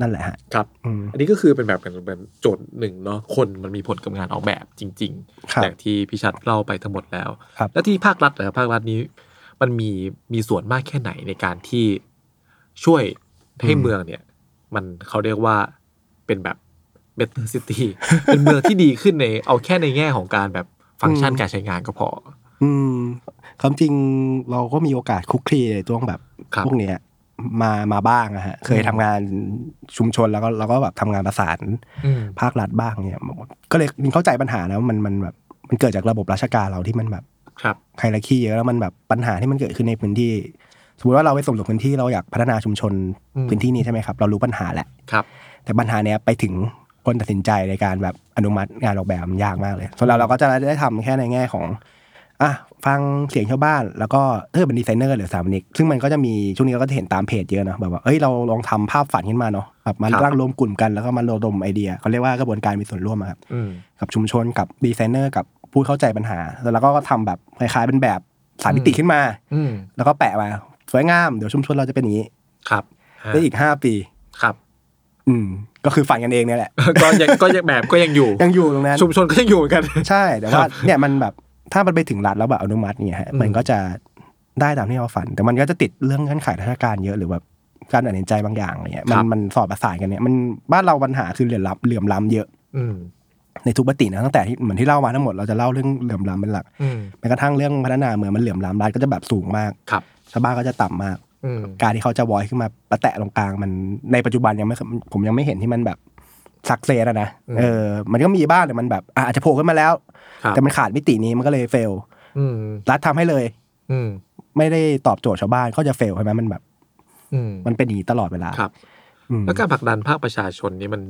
นั่นแหละฮะ
ครับ
อืม
อันนี้ก็คือเป็นแบบเหมือนเหมือนโจทย์หนึ่งเนาะคนมันมีผลกับงานออกแบบจริง
ครับ
ๆอย่างที่พี่ชัดเล่าไปทั้งหมดแล้ว
ครับ
แล้วที่ภาครัฐเหรอครับภาครัฐนี้ มันมีมีส่วนมากแค่ไหนในการที่ช่วยให้เมืองเนี่ย มันเขาเรียกว่าเป็นแบบ better
[LAUGHS]
city เป็นเมืองที่ดีขึ้นในเอาแค่ในแง่ของการแบบฟังก์ชันการใช้งานก็พอ
อืมความจริงเราก็มีโอกาสคลุกคลีในช่วงแบบ
ครับ
พวกเนี้ยมามาบ้างอะฮะ เคยทำงานชุมชนแล้วก็เราก็แบบทำงานประสาน
อืม
ภาครัฐบ้างเนี่ยก็เลยมีเข้าใจปัญหานะว่ามันมันแบบมันเกิดจากระบบราชการเราที่มันแบบ
ครับ
ไฮรักี้เยอะแล้วมันแบบปัญหาที่มันเกิดขึ้นในพื้นที่ สมมติว่าเราไปสำรวจพื้นที่เราอยากพัฒนาชุมชน
อืม
พื้นที่นี้ใช่ไหมครับ เรารู้ปัญหาแหละ
ครับ
แต่ปัญหาเนี้ยไปถึงคนตัดสินใจในการแบบอนุมัติงานออกแบบมันยากมากเลยส่วนเราเราก็จะได้ทำแค่ในแง่ของอ่ะฟังเสียงชาวบ้าน แล้วก็เออเป็นดีไซเนอร์หรือสถาปนิกซึ่งมันก็จะมีช่วงนี้เราก็จะเห็นตามเพจเยอะเนอะแบบว่าเอ้ยเราลองทำภาพฝันขึ้นมาเนาะแบบมา
ครับ
ร่างรวมกลุ่มกันแล้วก็มาระดมไอเดียเขาเรียกว่ากระบวนการมีส่วนร่วมอะครับ
อืม
กับชุมชนกับดีไซเนอร์กับผู้เข้าใจปัญหา แล้วก็ทำแบบคล้ายๆเป็นแบบสามมิติขึ้นมา
อืม
แล้วก็แปะมาสวยงามเดี๋ยวชุมชนเราจะเป็นอย่างนี้
ครับ
ได้อีกห้าปี
ครับ [LAUGHS]
อืม ก็คือฝันกันเองเนี่ยแหละ
ก็ยังก็ยังแบบก็ยังอยู่
ยังอยู่ตรงนั้น
ชุมชนก็ยังอยู่เหมือนกัน
ใช่แต่ว่าเนี่ยมันแบบถ้ามันไปถึงรัฐแล้วแบบอนุมัติเนี่ยฮะ
อืม
มันก็จะได้ตามที่เราฝัน แต่มันก็จะติดเรื่องเงื่อนไขทางการเยอะหรือแบบการตัดสินใจบางอย่างอะไรเงี้ยมันมันสอดประสานกันเนี่ยมันบ้านเราปัญหาคือเหลื่อมล้ำเหลื่อมล้ำเยอะ
อืม
ในทุกปตินะตั้งแต่ที่เหมือนที่เล่ามาทั้งหมดเราจะเล่าเรื่องเหลื่อมล้ำเป็นหลัก
อืม
แม้กระทั่งเรื่องพัฒนาเมืองมันเหลื่อมล้ำรัฐก็จะแบบสูงมาก
ครับ
ชาวบ้านก็จะต่ำมาก
อืม
การที่เขาจะวอยขึ้นมาประแตะตรงกลางมันในปัจจุบันยังไม่เคยผมยังไม่เห็นที่มันแบบสักเซนอะนะเออ มันก็มีบ้างแต่มันแบบอ่ะอาจจะโผล่ขึ้นมาแล้ว
ครับ
แต่มันขาดมิตินี้มันก็เลยเฟล
อืม
รัฐทำให้เลย
อืม
ไม่ได้ตอบโจทย์ชาวบ้านก็จะเฟลใช่ไหมมันแบบ
อืม
มันเป็นอย่างนี้ตลอดเวลา
ครับ
อืม
แล้วการผลักดันภาคประชาชนนี่มัน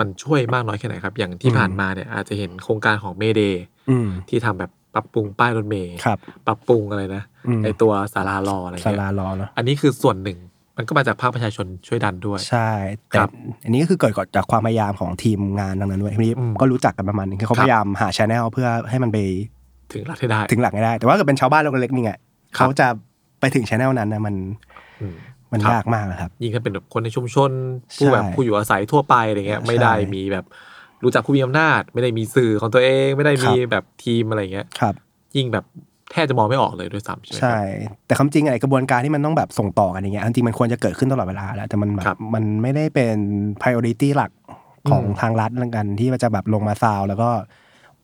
มันช่วยมากน้อยแค่ไหนครับ อย่างที่
อืม
ผ่านมาเนี่ยอาจจะเห็นโครงการของเมเดย์
อืม
ที่ทำแบบปรับปรุงป้ายรถเมย์
ครับ
ปรับปรุงอะไรนะ
อืม
ไอตัวสาราลออะไร
สา
เงี้
ราย รอเนาะ
อันนี้คือส่วนหนึ่ง มันก็มาจากภาคประชาชนช่วยดันด้วย
ใช่แต่
ครับ
อันนี้ก็คือเกิดจากความพยายามของทีมงานดังนั้นด้วยทีนี้ก็รู้จักกันประมาณนึงคือเขาพยายามหาชแนลเพื่อให้มันไป
ถึงรัฐให้ได้
ถึงหลักให้ได้ แต่ว่าถ้าเกิดเป็นชาวบ้านเราเล็กๆนี่ไง
ครับ
เขาจะไปถึงชแนลนั้นนะมัน
อืม
มัน
ครับ
ยากมากนะครับ
ยิ่งถ้าเป็นแบบคนในชุมชน
ใช่
ผู้แบบผู้อยู่อาศัยทั่วไปอะไรเงี้ย
ใช่
ไม่ได้มีแบบรู้จักผู้มีอำนาจ ไม่ได้มีสื่อของตัวเอง ไม่ได้
ครับ
มีแบบทีมอะไรเงี้ย
ครับ
ยิ่งแบบแทบจะมองไม่ออกเลยด้วยซ้ำใช่ไหมค
ใช่
รับ
แต่ความจริงไอ้กระบวนการที่มันต้องแบบส่งต่อกันอย่างเงี้ยจริงๆมันควรจะเกิดขึ้นตลอดเวลาแหละแต่มันแบ
ครับ บ
มันไม่ได้เป็น priority หลักของ
อืม
ทางรัฐแล้วกันที่มันจะแบบลงมาซาวแล้วก็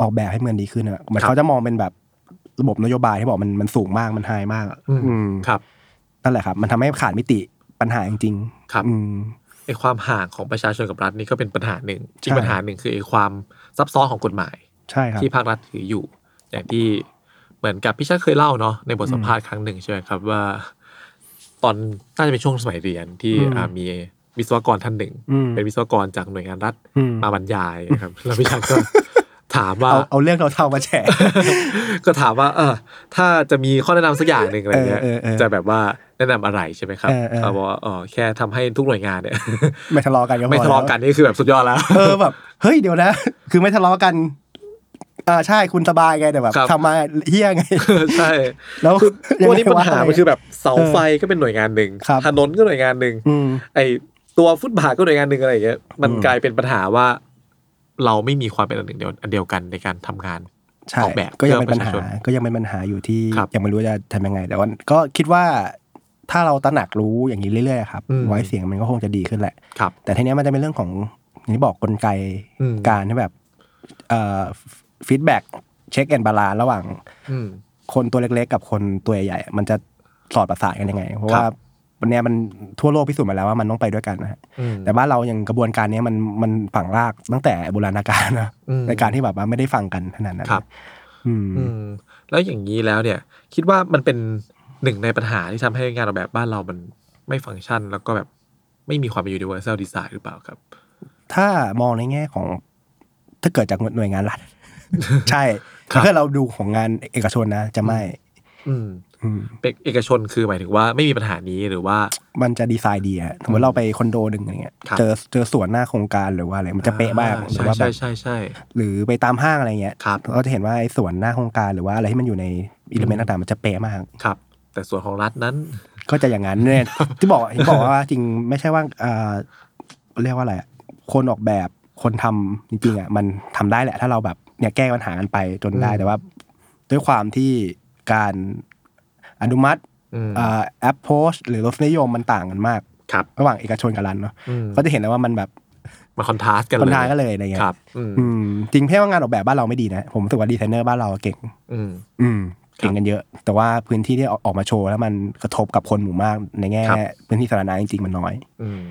ออกแบบให้เมืองดีขึ้นอะเหมือน
ครับ
เขาจะมองเป็นแบบระบบนโยบายที่บอกมันมันสูงมากมันไฮมากอะ
อืม
อืม
ครับ
นั่นแหละครับ มันทำให้ขาดมิติปัญหาจริงๆ
ครับ
อืม
ไอ้ความห่างของประชาชนกับรัฐนี่ก็เป็นปัญหาหนึ่งอีก
ใช่
ปัญหาหนึ่งคือไอ้ความซับซ้อนของกฎหมาย
ใช่ครับ
ที่ภาครัฐถืออยู่ อย่างที่เหมือนกับพี่ชาติเคยเล่าเนาะในบทสัมภาษณ์ครั้งหนึ่งใช่ไหมครับว่า ตอนน่าจะเป็นช่วงสมัยเรียนที่
อืม
อ่ามีวิศวกรท่านหนึ่ง
อืม
เป็นวิศวกรจากหน่วยงานรัฐ
อืม
มาบรรยายนะครับ แล้วพี่ชาติก็ ถามว่า
เอาเอาเรื่องเราเท่าๆมาแฉ
[LAUGHS] ก็ถามว่า เออถ้าจะมีข้อแนะนำสักอย่างหนึ่งอะไรเงี้ย
เออเออเออ
จะแบบว่าแนะนำอะไรใช่ไหมครับ
เออเออ
เขาบอกว่าอ๋อแค่ทำให้ทุกหน่วยงานเนี่ย
ไม่ทะเลาะกันก็พอ
ไม่ทะเลาะ
แล้ว
กันนี่คือแบบสุดยอดแล้ว [LAUGHS]
เออแบบเฮ้ยเดี๋ยวนะ คือไม่ทะเลาะกันอ่าใช่คุณสบายไงแต่แบบ
ครับ
ทำมาเฮี้ยไง
ใช่
แล้ว
คือ
ยังไง
วันนี้ปัญหา
วะ
มันคือแบบเสาไฟก็เป็นหน่วยงานหนึ่ง
ครับ
ถนนก็หน่วยงานหนึ่ง
อืม
ไอตัวฟุตบาทก็หน่วยงานหนึ่งอะไรอย่างเงี้ยมัน
อืม
กลายเป็นปัญหาว่า เราไม่มีความเป็นอันหนึ่งเดียวอันเดียวกันในการทำงาน
ใช่
ออกแบบ
ก็ยังเป็นปัญหา
เพื่อประชาชน
ก็ยังเป็นปัญหาอยู่ที่
ครับ
ยังไม่รู้จะทำยังไง แต่ว่าก็คิดว่าถ้าเราตระหนักรู้อย่างนี้เรื่อยๆครับ
อืม
ไว้เสียงมันก็คงจะดีขึ้นแหละ
ครับ
แต่ทีเนี้ยมันจะเป็นเรื่องของอย่างที่บอกกลไก
อืม
การที่แบบเอ่อฟีดแบ็กเช็คแอนบาลานระหว่าง
อืม
คนตัวเล็กๆ กับคนตัวใหญ่ๆมันจะสอดประสานกันยังไง เพราะ
ครับ
ว่าวันเนี้ยมันทั่วโลกพิสูจน์มาแล้วว่ามันต้องไปด้วยกันนะฮะ
อืม
แต่บ้านเรายังกระบวนการเนี้ยมันมันฝังรากตั้งแต่โบราณกาลนะ
อืม
ในการที่แบบว่าไม่ได้ฟังกันขนาดนั้น
ครับ
อืม
อืมแล้วอย่างนี้แล้วเนี่ย คิดว่ามันเป็นหนึ่งในปัญหาที่ทำให้งานออกแบบบ้านเรามันไม่ฟังก์ชัน แล้วก็แบบไม่มีความเป็น universal design หรือเปล่าครับ
ถ้ามองในแง่ของ ถ้าเกิดจากหน่วยงาน
[LAUGHS]
รัฐ ใช่
ครับ
ถ้าเราดูของงานเอกชนนะ จะไม่
อืม
อืม
เป็นเอกชนคือหมายถึงว่าไม่มีปัญหานี้หรือว่า
มันจะดีไซน์ดีอะสมมติเราไปคอนโดหนึ่งอะไรเงี้ย
ครับ
เจอเจอสวนหน้าโครงการหรือว่าอะไรมันจะเป๊ะมาก
อ่
หรือ
ใช่
ว่าแบ
ใช่
บ
ใช่ใช่
หรือไปตามห้างอะไรเงี้ย
ครับ
เราก็จะเห็นว่าไอ้สวนหน้าโครงการหรือว่าอะไรที่มันอยู่ในอิเลเมนต์ต่างๆ มันจะเป๊ะมาก
ครับ แต่ส่วนของรัฐนั้น
ก็จะอย่างนั้น [LAUGHS] เนี่ย ที่บอกที่บอกว่าจริงไม่ใช่ว่าเอ่อเรียกว่าอะไรอะคนออกแบบคนทำจริงๆอ่ะมันทำได้แหละ ถ้าเราแบบเนี่ยแก้ปัญหากันไปจนได้
อืม
แต่ว่า ด้วยความที่การอนุมัติ
อืม
แอปโพสหรือรสนิยมมันต่างกันมาก
ครับ
ระหว่างเอกชนกับรัฐเนาะ
อืม
ก็จะเห็นแล้วว่ามันแบบ
มาคอนทราสกันเลย
ปัญหากันเลยอะไรเงี้
ค
ย
รับอืม
อืมจริงแค่ว่างานออกแบบบ้านเราไม่ดีนะผมรู้สึกว่าดีไซเนอร์บ้านเราเก่ง
อืม
อืมเก่งกันเยอะ แต่ว่าพื้นที่ที่เอาออกมาโชว์แล้วมันกระทบกับคนหมู่มากในแง่
ครับ
พื้นที่สาธารณะจริงๆมันน้อย
อืม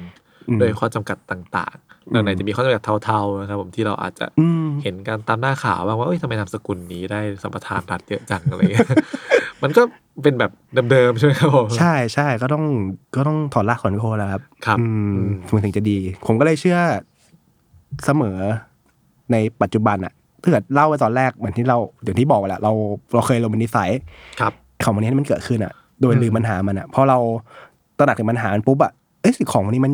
อืม
โดยข้อจำกัดต่าง
อื
ๆดั
ม
งไหนจะมีข้อจำกัดเทาๆนะครับผมที่เราอาจจะ
อืม
เห็นการตามหน้าข่าวบ้างว่าเอ้ยทำไมนามสกุลนี้ได้สัมปทานรัฐเยอะจังอะไรเงี้ย มันก็เป็นแบบเดิมๆใช่ไหมครับผม
ใช่ใช่ก็ต้องก็ต้องถอดรากถอนโคนแล้วครับ
ครับ
อืม
อืม
มันถึงจะดี ผมก็เลยเชื่อเสมอในปัจจุบันอะถ้าเกิดเล่าไว้ตอนแรกเหมือนที่เราเดี๋ยวที่บอกแหละเราเราเคยลงบันนิสัย
ครับ
ของวันนี้ที่มันเกิดขึ้นอะโดย
อืม
ลืมปัญหามันอะพอเราตระหนักถึงปัญหามันปุ๊บอะเอ้ยสิ่งของวันนี้มัน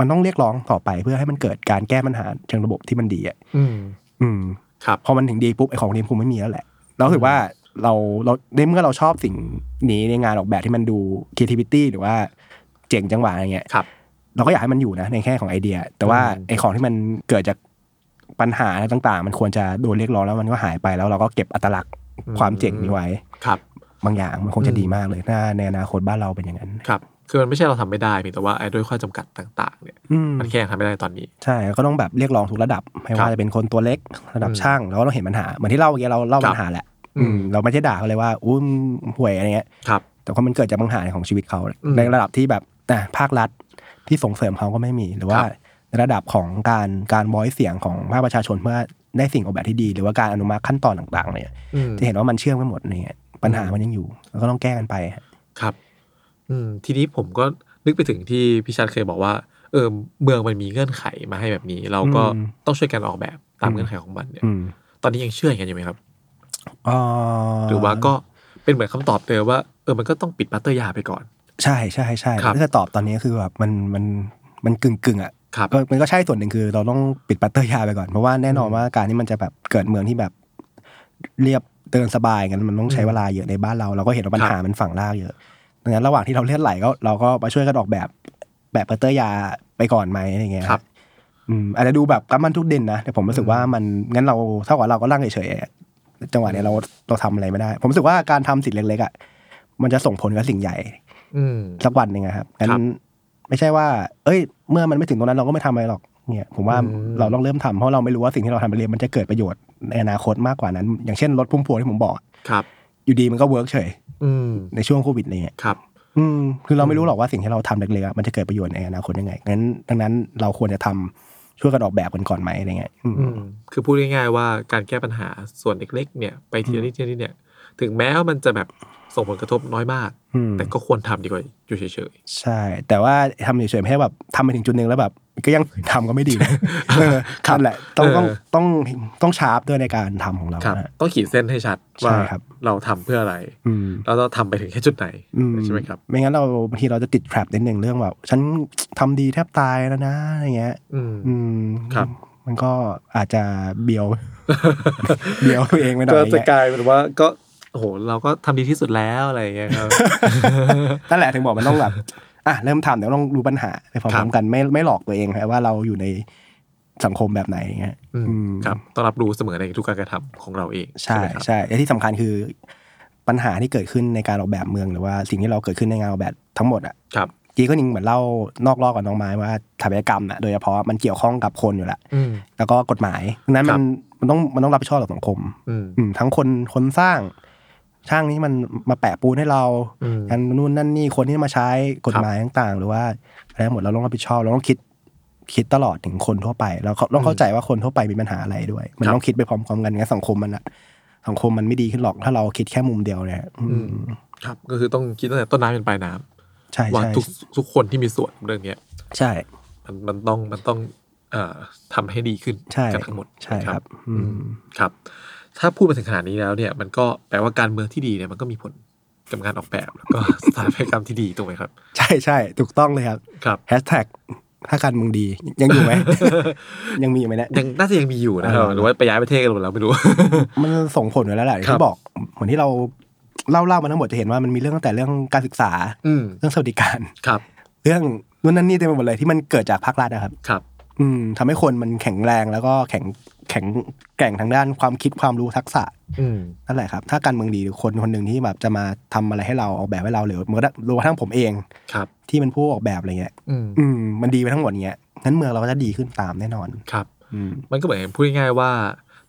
มันต้องเรียกร้องต่อไปเพื่อให้มันเกิดการแก้ปัญหาเชิงระบบที่มันดีอะ
อืม
อืม
ครับ
พอมันถึงดีปุ๊บไอของนี้คงไม่มีแล้วแหละ เราถือว่าเราเราในเมื่อเราชอบสิ่งนี้ในงานออกแบบที่มันดู creativity หรือว่าเจ๋งจังหวะอะไรเงี้ย
ครับ
เราก็อยากให้มันอยู่นะในแง่ของไอเดีย แต่ว่า
อืม
ไอของที่มันเกิดจากปัญหาอะไรต่างๆ มันควรจะโดนเรียกร้องแล้วมันก็หายไปแล้วเราก็เก็บอัตลักษณ์ความเจ๋งนี้ไว้
ครับ
บางอย่างมันคงจะ
อืม
ดีมากเลยถ้าในอนาคตบ้านเราเป็นอย่างนั้น
ครับ คือมันไม่ใช่เราทำไม่ได้เพียงแต่ว่าไอ้ด้วยข้อจำกัดต่าง ๆ เนี่ย
อืม
มันแค่ยังทำไม่ได้ตอนนี้
ใช่ก็ต้องแบบเรียกร้องทุกระดับไม่
ครั
ว่า
บ
จะเป็นคนตัวเล็กระดับ
อืม
ช่างแล้วก็เราเห็นปัญหาเหมือนที่เล่าเมื่อกี้เราเล่า
ครับ
ปัญหาแหละอืม
อืม
เราไม่ใช่ด่าเขาเลยว่าอุ้มงห่วยอะไรเงี้ย
ครับ
แต่ว่ามันเกิดจากปัญหาของชีวิตเขา
อืม
ในระดับที่แบบอ่ะภาครัฐที่ส่งเสริมเขาก็ไม่มี หรือว่า
ครับ
ในระดับของการการบอยเสียงของภาคประชาชนเพื่อได้สิ่งออกแบบที่ดี หรือว่าการอนุมัติขั้นตอนต่างๆเนี่ย
อืม
จะเห็นว่ามันเชื่อมกันหมดเนี่ยปัญหามันยังอยู่แล้วก็ต้องแก้กันไป
ครับ อืม ทีนี้ผมก็นึกไปถึงที่พี่ชัดเคยบอกว่า เออ เมืองมันมีเงื่อนไขมาให้แบบนี้ เราก็
อืม
ต้องช่วยกันออกแบบตามเงื่อนไขของมันเนี่ย
อืม
ตอนนี้ยังเชื่ออย่างนั้นอยู่ไหมครับ
เอ่อ
หรือว่าก็เป็นเหมือนคำตอบเดิมว่า เออ มันก็ต้องปิดปัตเตอร์ยาไปก่อน
ใช่ใช่ใช่
ครับ
ถ้าจะตอบตอนนี้คือแบบมันมันมันกึ่งกึ่งๆอ่ะ
ครับ
ก็มันก็ใช่ส่วนหนึ่งคือเราต้องปิดปัตเตอร์ยาไปก่อนเพราะว่าแน่นอน
อืม
ว่าการที่มันจะแบบเกิดเมืองที่แบบเรียบเดินสบายกันมันต้องใช้
อืม
เวลาเยอะในบ้านเราเราก็เห็นว่าปัญ
ครับ
หามันฝังรากเยอะดังนั้นระหว่างที่เราเลือดไหลก็เราก็มาช่วยกันออกแบบแบบปัตเตอร์ยาไปก่อนไหมอะไรเงี้ย
ครับ
อืมอาจจะดูแบบกัมมันทุกดินนะแต่ผมรู้สึกว่ามันงั้นเราเท่ากับเราก็ร่างเฉยๆอะจังหวะเนี้ยเราเราทำอะไรไม่ได้ ผมรู้สึกว่าการทำสิ่งเล็กๆอ่ะมันจะส่งผลกับสิ่งใหญ่
อืม
สักวันหนึ่งอะครับงั้
ครับ
นไม่ใช่ว่า เอ้ย เมื่อมันไม่ถึงตรงนั้นเราก็ไม่ทำอะไรหรอกเนี่ย ผมว่า
อืม
เราต้องเริ่มทำเพราะเราไม่รู้ว่าสิ่งที่เราทำไปเรียนมันจะเกิดประโยชน์ในอนาคตมากกว่านั้น อย่างเช่นรถพุ่มพวงที่ผมบอก
ครับ
อยู่ดีมันก็เวิร์กเฉย
อืม
ในช่วงโควิดอะไรเนี่ย
ครับ
อืมคือเราไม่รู้หรอกว่าสิ่งที่เราทำเล็กๆอะมันจะเกิดประโยชน์ในอนาคตยังไงงั้นดังนั้นเราควรจะทำช่วยกันออกแบบกันก่อนไหมอะไรเงี้ยอืม
อืม คือพูดง่ายๆว่าการแก้ปัญหาส่วนเล็กๆ เนี่ย ไปทีละนิดทีละนิดเนี่ย ถึงแม้ว่ามันจะแบบส่งผลกระทบน้อยมาก
อืม
แต่ก็ควรทำดีกว่าอยู่เฉย
ใช่ แต่ว่าทำเฉยๆไม่ให้แบบทำไปถึงจุดหนึ่งแล้วแบบ ก็ยัง [LAUGHS] ทำก็ไม่ดีนะเออนั่นแหละต้องต้องต้องต้องชาร์ปด้วยในการทำของเรา
ๆครับ
นะ
ต้องขีดเส้นให้ชัดว่า
ใช่ครับ
เราทำเพื่ออะไร
อืม
แล้วเราทำไปถึงแค่จุดไหน
อื
ใช่ไหมครับ
ไม่งั้นเราบางทีเราจะติดแทรปนิดหนึ่งเรื่องแบบ ฉัน ทำดีแทบตายแล้วนะอะไรเงี้ย
อืม
อืม
ครับ
มันก็อาจจะเบียว
[LAUGHS]
เบียวตัวเองไปหน่อ
ก็
ยอะไร
จะ
เงี้ย
กลายเป็นว่าก็โอ้โหเราก็ทำดีที่สุดแล้วอะไรอย่างเงี้ยครับ
นั่นแหละถึงบอกมันต้องแบบ อ่ะเริ่มทำแต่ต้องรู้ปัญหาไปพร้
ครั
อบ มๆกันไม่ไม่หลอกตัวเองครับว่าเราอยู่ในสังคมแบบไหนอย่างเงี้ย
อืม
อืม
ครับต้องรับรู้เสมอในทุกการกระทำของเราเอง
ใช่
ไหมครับ
ใช่และที่สำคัญคือ ปัญหาที่เกิดขึ้นในการออกแบบเมืองหรือว่าสิ่งที่เราเกิดขึ้นในงานออกแบบทั้งหมดอะ
ครับ
จีก็นิงเหมือนเล่านอกรอบกับน้องไม้ว่าสถาปัตยกรรมน่ะโดยเฉพาะมันเกี่ยวข้องกับคนอยู่แล้ว
อืม
แล้วก็กฎหมายดังนั้น
ครั
มั
บ
นมันต้องมันต้องรับผิดชอบต่อสังคม
อืม
อืมทั้งคนคนสร้าง ช่างนี้มันมาแปะปูนให้เรา
อืม
อันนู่นนั่นนี่คนที่มาใช้กฎ
ครับ
หมายต่างๆ หรือว่าอะไรทั้งหมดเราต้องรับผิดชอบเราต้องคิดคิดตลอดถึงคนทั่วไปเราก็ต้องเข้าใจว่าคนทั่วไปมีปัญหาอะไรด้วย มัน
ครับ
ต้องคิดไปพร้อมๆกันงั้นสังคมมันอะสังคมมันไม่ดีขึ้นหรอกถ้าเราคิดแค่มุมเดียวเนี่ยอืม
อืมครับก็คือต้องคิดตั้งแต่ต้นน้ำเป็นปลายน้
ใช่
ำว่า
ใช่
ทุกทุกคนที่มีส่วนเรื่องเนี้ย
ใช่
มันมันต้องมันต้องเอ่อทำให้ดีขึ้น
ใช่
กันทั้งหมด
ใช่
นะครับ
อืม
ครับ ถ้าพูดมาถึงขนาดนี้แล้วเนี่ยมันก็แปลว่าการเมืองที่ดีเนี่ยมันก็มีผลกับงานออกแบบแล้วก็ สถาปัตยกรรมที่ดีถูกไหมครับ
ใช่ใช่ถูกต้องเลยครับ
ครับ
แฮชแท็กถ้าการเมึงดี ยัง
[LAUGHS]
อยู่ไหม [LAUGHS] ยังมีอยู่ไหมเนี่ย
ยังน่าจะยังมีอยู่นะครับ
อ่า
หรือว่าไปย้ายประเทศกันหมดแล้วไม่รู้
มันส่งผลอยู่แล้วแหละอย่าง
ครั
ที่
บ
บอกเหมือนที่เราเล่าเล่ามาทั้งหมดจะเห็นว่ามันมีเรื่องตั้งแต่เรื่องการศึกษา
อืม
เรื่องสวัสดิการ [LAUGHS]
ครับ
เรื่องนู่นนั่นนี่เต็มไปหมดเลยที่มันเกิดจากภาครัฐนะครับ
ครับ
อืมทำให้คนมันแข็งแรงแล้วก็แข็งแข็งแกร่งทางด้านความคิดความรู้ทักษะ
อืม
นั่นแหละครับถ้าการเมืองดีคนคนหนึ่งที่แบบจะมาทำอะไรให้เราออกแบบให้เราหรือแม้กระทั่งรวมกระทั่งผมเอง
ครับ
ที่เป็นผู้ออกแบบอะไรเงี้ย
อืม
อืมมันดีไปทั้งหมดเงี้ยงั้นเมืองเราก็จะดีขึ้นตามแน่นอน
ครับ
อืม
มันก็เหมือนพูดง่ายๆว่า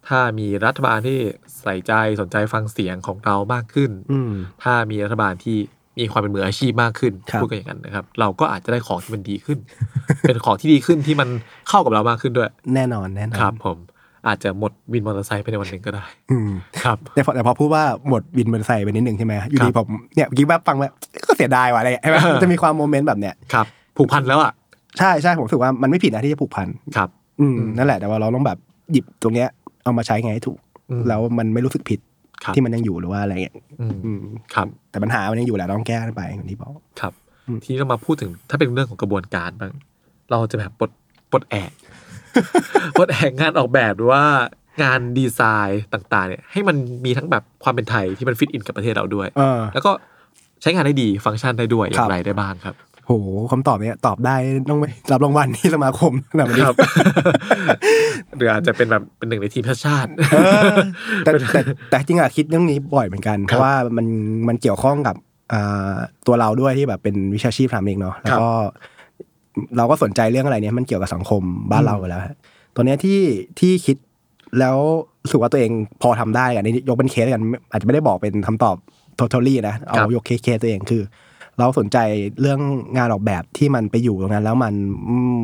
ถ้ามีรัฐบาลที่ใส่ใจสนใจฟังเสียงของเรามากขึ้น
อืม
ถ้ามีรัฐบาลที่มีความเป็นมืออาชีพมากขึ้น
ครับ
พูดกันอย่างนั้นนะครับ เราก็อาจจะได้ของที่มันดีขึ้น [LAUGHS] เป็นของที่ดีขึ้นที่มันเข้ากับเรามากขึ้นด้วย
แน่นอนแน่นอน
ครับ ผม อาจจะหมดวินมอเตอร์ไซค์ไปในวันหนึ่งก็ได้
อืม
ครับ
แต่พอแต่พอพูดว่าหมดวินมอเตอร์ไซค์ไปนิดนึงใช่ไหมอยู่ดี
ครับ
ผมเนี่ยเมื่อกี้ว่าฟังแบบก็เสียดายว่ะอะไรใช่ไหม
เออ
มันจะมีความโมเมนต์แบบเนี้ย
ครับ ผูกพันแล้วอ่ะ
ใช่ใช่ผมรู้สึกว่ามันไม่ผิดนะที่จะผูกพัน
ครับ
อืม
อืม
นั่นแหละแต่ว่าเราต้องแบบหยิบตรงเนี้ยเอามาใช้ไงให้ถูก
อืม
แล้วมันไม่รู้สึกผิด
ครับ
ที่มันยังอยู่หรือว่าอะไรเงี้ย
อืม
อืม
ครับ
แต่ปัญหามันยังอยู่แหละต้องแก้กันไปอย่างที่บอก
ครับ
อืม
ทีนี้เรามาพูดถึงถ้าเป็นเรื่องของกระบวนการบ้าง เราจะแบบปลดปลดแอก
[LAUGHS]
ปลดแอกงานออกแบบหรือว่างานดีไซน์ต่าง ๆ เนี่ย ให้มันมีทั้งแบบความเป็นไทยที่มันฟิตอินกับประเทศเราด้วย
เออ
แล้วก็ใช้งานได้ดีฟังก์ชันได้ด้วยอ
ครั
ย่า
บ
งไรได้บ้างครับ
โหคำตอบเนี้ยตอบได้ต้องไปรับรางวัลที่สมาคม [LAUGHS] แบบนี้
ครับ หรืออาจจะเป็นแบบเป็นหนึ่งในทีมชาติชาติ
เออแต่แต่แต่จริงอะคิดเรื่องนี้บ่อยเหมือนกัน
ครับ
เพราะว่ามันมันเกี่ยวข้องกับอ่าตัวเราด้วยที่แบบเป็นวิชาชีพทำเองเนาะแล้วก็เราก็สนใจเรื่องอะไรเนี่ยมันเกี่ยวกับสังคมบ้านเราอยู่แล้วฮะตัวเนี้ยที่ที่คิดแล้วรู้สึกว่าตัวเองพอทำได้กันนี่ยกเป็นเคสกันไม่อาจจะไม่ได้บอกเป็นคำตอบ totally นะเอา
ครับ
ยกเคสเคสตัวเองคือ เราสนใจเรื่องงานออกแบบที่มันไปอยู่ตรงนั้นแล้วมันอืม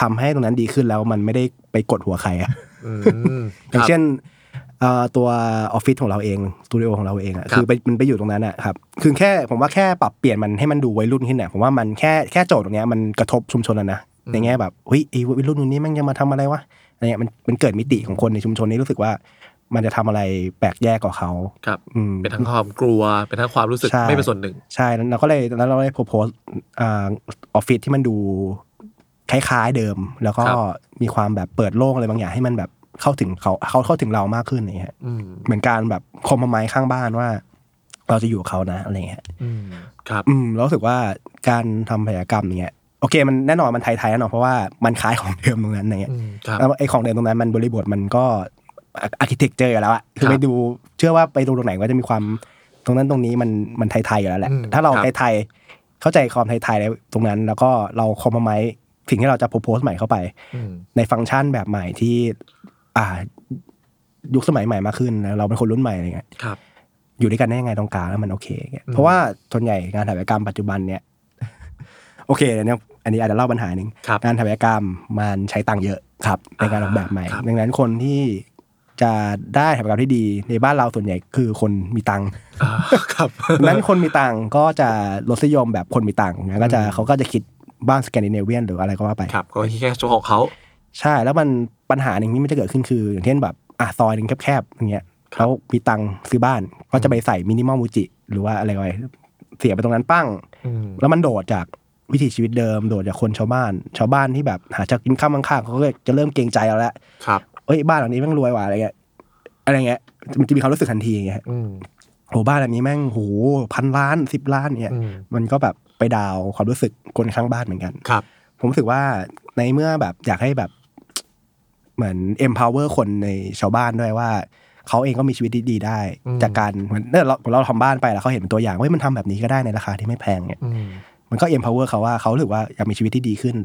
ทำให้ตรงนั้นดีขึ้นแล้วมันไม่ได้ไปกดหัวใครอะ
อืม
อย่าง
ครับ
เช่นเอ่อตัวออฟฟิศของเราเองสตูดิโอของเราเองอะ
ครับ
คือไปมันไปอยู่ตรงนั้นอะครับคือแค่ผมว่าแค่ปรับเปลี่ยนมันให้มันดูวัยรุ่นขึ้นน่ะผมว่ามันแค่แค่โจทย์ตรงเนี้ยมันกระทบชุมชนแล้วนะในแง่แบบเฮ้ยไอ้วัยรุ่นคนนี้แมันจะมาทำอะไรวะอะไรเงี้ยมันมันเกิดมิติของคนในชุมชนนี่รู้สึกว่า มันจะทำอะไรแปลกแยกกว่าเขา
ครับ
อืม
เป็นทั้งความกลัว เป็นทั้งความรู้สึก
ใช่
ไม่เป็นส่วนหนึ่ง
ใช่แล้วเราก็เลยตอนนั้นเราได้โพสต์อ่าออฟฟิศที่มันดูคล้ายๆเดิม แล้วก็
ครับ
มีความแบบเปิดโล่งอะไรบางอย่างให้มันแบบเข้าถึงเขาเขาเข้าถึงเรามากขึ้นอย่างเงี้ย
อืม
เหมือนการแบบคอมไม้ข้างบ้านว่า เราจะอยู่กับเขานะอะไรเงี้ย
อืมครับ
อืมเรารู้สึกว่าการทำพยากรรมอย่างเงี้ยโอเค มันแน่นอนมันไทยๆแน่นอนเพราะว่ามันคล้ายของเดิมตรงนั้นอะไรเงี้ย
อืมครับ
แล้วไอ้ของเดิมตรงนั้นมันบริบทมันก็อาร์เคเต็กเจออยู่แล้วอะคื
ครั
อบ ไปดูเชื่อว่าไปดูตรงไหนก็จะมีความตรงนั้นตรงนี้มันมันไทยๆอยู่แล้วแหละ
อืม
ถ้าเรา
ครับ
ไทยๆเข้าใจความไทยๆในตรงนั้น แล้วก็เราคอมไม้สิ่งที่เราจะโพสใหม่เข้าไป
อืม
ในฟังก์ชันแบบใหม่ที่ อ่า ยุคสมัยใหม่มากขึ้นนะเราเป็นคนรุ่นใหม่อะไรเงี้ย
ครับ
อยู่ด้วยกันได้ยังไงตรงกลางแล้วมันโอเคเงี้ย
อืม
เพราะว่าส่วนใหญ่งานถ่ายกรรมปัจจุบันเนี่ย [LAUGHS] โอเคเดี๋ยวนี้อันนี้อาจจะเล่าปัญหาหนึ่ง
ครับ
งานถ่ายกรรมมันใช้ตังค์เยอะครับ ในการออกแบบใหม่
ครับ
ดังนั้นคนที่จะได้ถ่ายกรรมที่ดี ในบ้านเราส่วนใหญ่คือคนมีตัง
[LAUGHS]
ค์
อ่าครับ
ดังนั้นคนมีตังค์ก็จะรสนิยมแบบคนมีตังค์นะก็จะ
อืม
เขาก็จะคิดบ้านสแกนดิเนเวียนหรืออะไรก็ว่าไป
ครับก็แค่ช่วงของเขา
ใช่แล้วมันปัญหาหนึ่งที่มันจะเกิดขึ้นคือ อย่างเช่นแบบอ่ะซอยหนึ่งแคบๆอย่างเงี้ยเขามีตังค์ซื้อบ้านก็จะไปใส่มินิมอลมูจิหรือว่าอะไรไว้เสียไปตรงนั้นปั้ง
อืม
แล้วมันโดดจากวิถีชีวิตเดิม โดดจากคนชาวบ้าน ชาวบ้านที่แบบหาเช้ากินข้ามข้างๆเขาก็จะเริ่มเกรงใจเราแล้ว
ครับ
เอ้ยบ้านหลังนี้แม่งรวยว่ะอะไรเงี้ยอะไรเงี้ยมันจะมีความรู้สึกทันทีอย่างเงี้ย
อืม
โหบ้านหลังนี้แม่งโหพันล้านสิบล้านเนี่ย
อืม
มันก็แบบไปดาวความรู้สึกคนข้างบ้านเหมือนกัน
ครับ
ผมรู้สึกว่าในเมื่อแบบอยากให้แบบ เหมือน empower คนในชาวบ้านด้วยว่า เขาเองก็มีชีวิตที่ดีได้
อืม
จากการเหมือนเนี่ยเราเราทำบ้านไปแล้วเขาเห็นเป็นตัวอย่างว่ามันทำแบบนี้ก็ได้ในราคาที่ไม่แพงเนี่ย
อืม
มันก็ empower เขาว่าเขารู้สึกว่าอยากมีชีวิตที่ดีขึ้น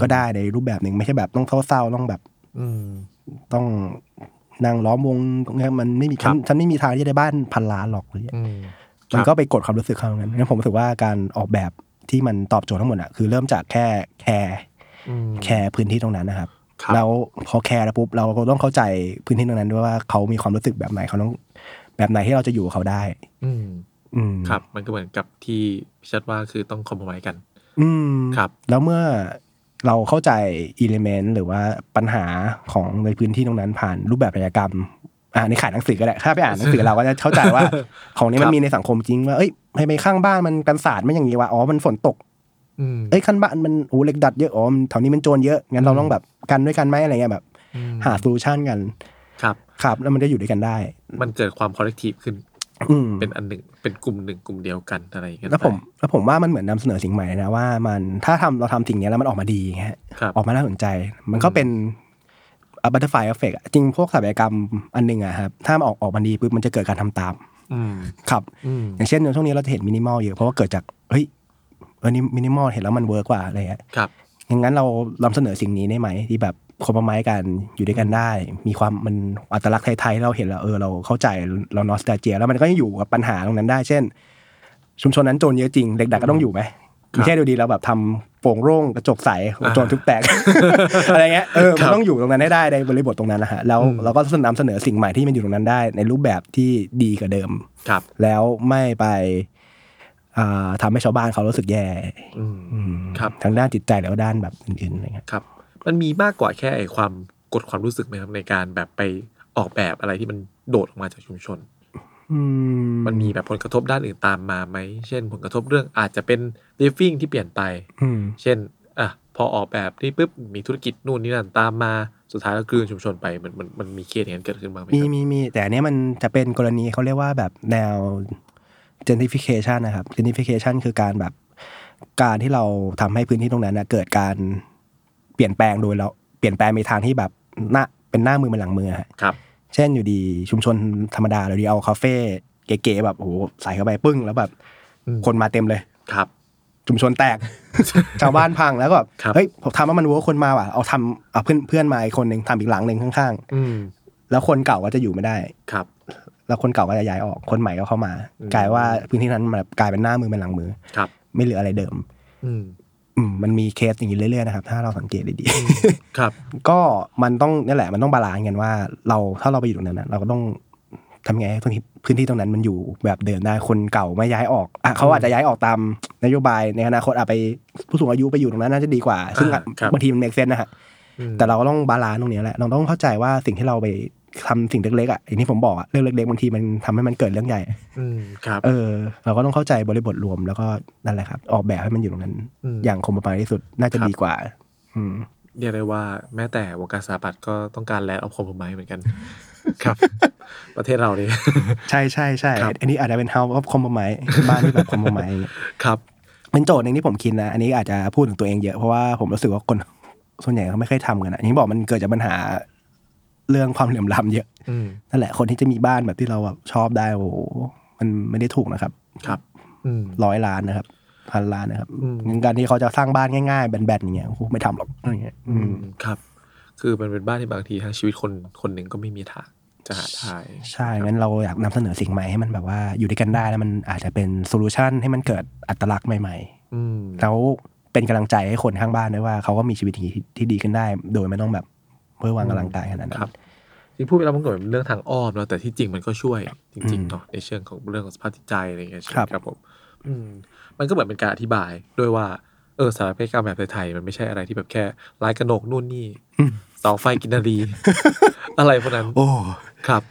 ก็ได้ในรูปแบบหนึ่งไม่ใช่แบบต้องเศร้าๆต้องแบบ
อืม
ต้องนั่งล้อมวงเนี่ยมันไม่มี
ครั
ฉั
บ
นฉันไม่มีทางที่จะได้บ้านพันล้านหรอกเลย
อืม
มันก็ไปกดความรู้สึกเขาเหมือนกันงั้นผมรู้สึกว่าการออกแบบที่มันตอบโจทย์ทั้งหมดอะคือเริ่มจากแค่แคร์
อืม
แคร์พื้นที่ตรงนั้นนะครับ
ครับ
แล้วพอแคร์แล้วปุ๊บเราก็ต้องเข้าใจพื้นที่ตรงนั้นด้วยว่าเขามีความรู้สึกแบบไหนเขาต้องแบบไหนที่เราจะอยู่กับเขาได้
อืม
อืม
ครับ มันก็เหมือนกับที่พี่ชัดว่าคือต้องคอม p r o ไ i s e กัน
อืม
ครับ
แล้วเมื่อเราเข้าใจอิเลเมนต์หรือว่าปัญหาของในพื้นที่ตรงนั้นผ่านรูปแบบกิจกรรมอ่าในขายหนังสือก็ได้ถ้าไปอ่านหนังสือเราก็จะเข้าใจว่า
[LAUGHS]
ของนี้มั
ครั
น
บ
มีในสังคมจริงว่าเอ้ยทำไมข้างบ้านมันกันศาสตร์ไม่อย่างนี้วะอ๋อมันฝนตก
อืม
เอ้ยข้างบ้านมันโอ้เหล็กดัดเยอะอ๋อมันแถวนี้มันโจรเยอะงั้นเราต้องแบบกันด้วยกันไหมอะไรเงี้ยแบบ
อืม
หาโซลูชันกัน
ครับ
ครับแล้วมันจะอยู่ด้วยกันได้
มันเกิดความ collective ขึ้น
อืม
เป็นอันหนึ่ง เป็นกลุ่มหนึ่งกลุ่มเดียวกันอะไรอย่างเงี้ย
แล้วผมแล้วผมว่ามันเหมือนนำเสนอสิ่งใหม่นะว่ามันถ้าทำเราทำสิ่งเนี้ยแล้วมันออกมาดีอย่างเงี้ย
ครับ
ออกมาน่าสนใจ มันก็เป็นบัตเตอร์ไฟเอฟเฟกจริงพวกสถาปัตยกรรมอันหนึ่งอะครับถ้ามันออกออกมาดีปุ๊บมันจะเกิดการทำตาม
อืม
ครับ
อืม
อย่างเช่นในช่วงนี้เราจะเห็นมินิมอลเยอะเพราะว่าเกิดจากเฮ้ยเออนี่มินิมอลเห็นแล้วมันเวิร์กว่าอะไรเงี้ย
ครับ
อย่างนั้นเรานำเสนอสิ่งนี้ได้ไหมที่แบบคอมไม้กันอยู่ด้วยกันได้ มีความมันอัตลักษณ์ไทยๆเราเห็นแล้วเออเราเข้าใจเรานอสตาเจีย แล้วมันก็ยังอยู่กับปัญหาตรงนั้นได้ เช่น ชุมชนนั้นโจรเยอะจริงเด็กดักก็ต้องอยู่ไหม
ครับ
ไม่ใช่ดูดีเราแบบทำโป่งโร่งกระจกใส [LAUGHS]
อ่า
โจรทุบแตก อะไรเงี้ยเออ
ค
มั
รั
น
บ
ต้องอยู่ตรงนั้นให้ได้ในบริบทตรงนั้นนะฮะแล้ว
อืม
เราก็นำเสนอสิ่งใหม่ที่มันอยู่ตรงนั้นได้ ในรูปแบบที่ดีกว่าเดิม
ครับ
แล้วไม่ไปอ่าทำให้ชาวบ้านเขารู้สึกแย่
อืม
อืม
ครับ
ทั้งด้านจิตใจแล้วก็ด้านแบบอื่นๆอะไรเงี้ย
ครับ มันมีมากกว่าแค่ไอ้ความกดความรู้สึกไหมครับในการแบบไปออกแบบอะไรที่มันโดดออกมาจากชุมชน
อื
มันมีแบบผลกระทบด้านอื่นตามมาไหม เช่น ผลกระทบเรื่องอาจจะเป็น living ที่เปลี่ยนไป
อืม
เช่น อ่ะ พอออกแบบนี่ปุ๊บ มีธุรกิจนู่นนี่นั่นตามมา สุดท้ายแล้วกลืนชุมชนไป มันมันมันมีเคสอย่างนั้นเกิดขึ้นบ้างไหมค
มี
รับ
มีมีแต่อันเนี้ยมันจะเป็นกรณีเขาเรียกว่าแบบแนว gentrification นะครับ gentrification คือการแบบ การที่เราทำให้พื้นที่ตรงนั้นนะเกิดการเปลี่ยนแปลงโดยเราเปลี่ยนแปลงในทางที่แบบหน้าเป็นหน้ามือเป็นหลังมือฮะ
ครับ
เช่นอยู่ดีชุมชนธรรมดาเราดีเอาคาเฟ่เก๋ๆแบบโอ้โหใส่เข้าไปปึ้ง แล้วแบบ
อืม
คนมาเต็มเลย [LAUGHS]
ครับ
ชุมชนแตก ชาวบ้านพังแล้วก็แบบ
ครับ
เฮ้ยผมทำว่ามันเวัวคนมาว่ะเอาทำเอาเพื่อนเพื่อนมาอีกคนหนึ่งทำอีกหลังหนึ่งข้าง
อืม
ๆ แล้วคนเก่าก็จะอยู่ไม่ได้
ครับ
แล้วคนเก่าก็จะย้ายออกคนใหม่ก็เข้ามา
อืม
กลายว่าพื้นที่นั้นมันแบบกลายเป็นหน้ามือเป็นหลังมือ
ครับ
ไม่เหลืออะไรเดิม
อืม
อืมมันมีเคสอย่างนี้เรื่อยๆนะครับถ้าเราสังเกตดี
ครับ
ๆ ก็มันต้องนี่แหละมันต้องบาลานซ์กันว่า เราถ้าเราไปอยู่ตรงนั้นนะเราก็ต้องทำไงให้พื้นที่พื้นที่ตรงนั้นมันอยู่แบบเดิมได้คนเก่าไม่ย้ายออกอ่ะเขาอาจจะย้ายออกตามนโยบายในอนาคตอาจไปผู้สูงอายุไปอยู่ตรงนั้นน่าจะดีกว่า ซึ่ง
อ่าครับ
บางทีมันเมกเซนนะฮะ
อืม
แต่เราก็ต้องบาลานซ์ตรงนี้แหละ เราต้องเข้าใจว่าสิ่งที่เราไปทำสิ่งเล็กๆอ่ะอย่างที่ผมบอกอ่ะเรื่องเล็กๆบางทีมันทำให้มันเกิดเรื่องใหญ่
อืมครับ
เออ เราก็ต้องเข้าใจบริบทรวมแล้วก็นั่นแหละครับ ออกแบบให้มันอยู่ตรงนั้น
อืม
อย่างคมประมาณที่สุดน่าจะ
ครับ
ดีกว่า อืม
เรียกได้ว่าแม้แต่วงการสถาปัตย์ก็ต้องการแลนด์ออฟคอมผมไม้เหมือน
[LAUGHS]
กัน ครับ ประเทศเราเนี่ย [LAUGHS]
ใช่ใช่ใช่
ครับ
อันนี้อาจจะเป็น house of compromise บ้านที่แบบ compromise อย่างเงี้ย
ครับ
เป็นโจทย์หนึ่งที่ผมคิดนะ อันนี้อาจจะพูดถึงตัวเองเยอะ เพราะว่าผมรู้สึกว่าคนส่วนใหญ่เขาไม่เคยทำกันอะอย่างที่บอกมันเกิดจากปัญหาเรื่องความเหลื่อมล้ำเยอะ
อืม
นั่นแหละคนที่จะมีบ้านแบบที่เราแบบชอบได้โอ้โหมันไม่ได้ถูกนะครับ
ครับ อืม
ร้อยล้านนะครับพันล้านนะครับ
อืม
งั้นการที่เขาจะสร้างบ้านง่ายๆแบนๆอย่างเงี้ยโอ้โหไม่ทำหรอกอะไรเงี้ยอืม
ครับ คือมันเป็นบ้านที่บางทีถ้าชีวิตคนคนหนึ่งก็ไม่มีทางจะหาทาย
ใช่งั้นเราอยากนำเสนอสิ่งใหม่ให้มันแบบว่าอยู่ด้วยกันได้แล้วมันอาจจะเป็นโซลูชันให้มันเกิดอัตลักษณ์ใหม่
อืม
ๆแล้วเป็นกำลังใจให้คนข้างบ้านด้วยว่าเขาก็มีชีวิตที่ที่ดีขึ้นได้ โดยไม่ต้องแบบเพื่อวางกำลังกายขนาดนั้
ครับ
น
ที่พูดไปแล้วมันก็เป็นเรื่องทางอ้อมเนอะแต่ที่จริงมันก็ช่วยจริ
อื
งๆ
ม
เนาะในเชิงของเรื่องของสภาพจิตใจอะไรอย่างเงี้ยใช่ไหม
ครับ
ครับผม อืม มันก็เหมือนเป็นการอธิบายด้วยว่าเออสถาปัตยกรรมแบบไทยๆมันไม่ใช่อะไรที่แบบแค่ลายกระหนกนู่นนี่เสาไฟกินนา
[LAUGHS]
รีอะไรพวกนั้น
โอ้
ครับ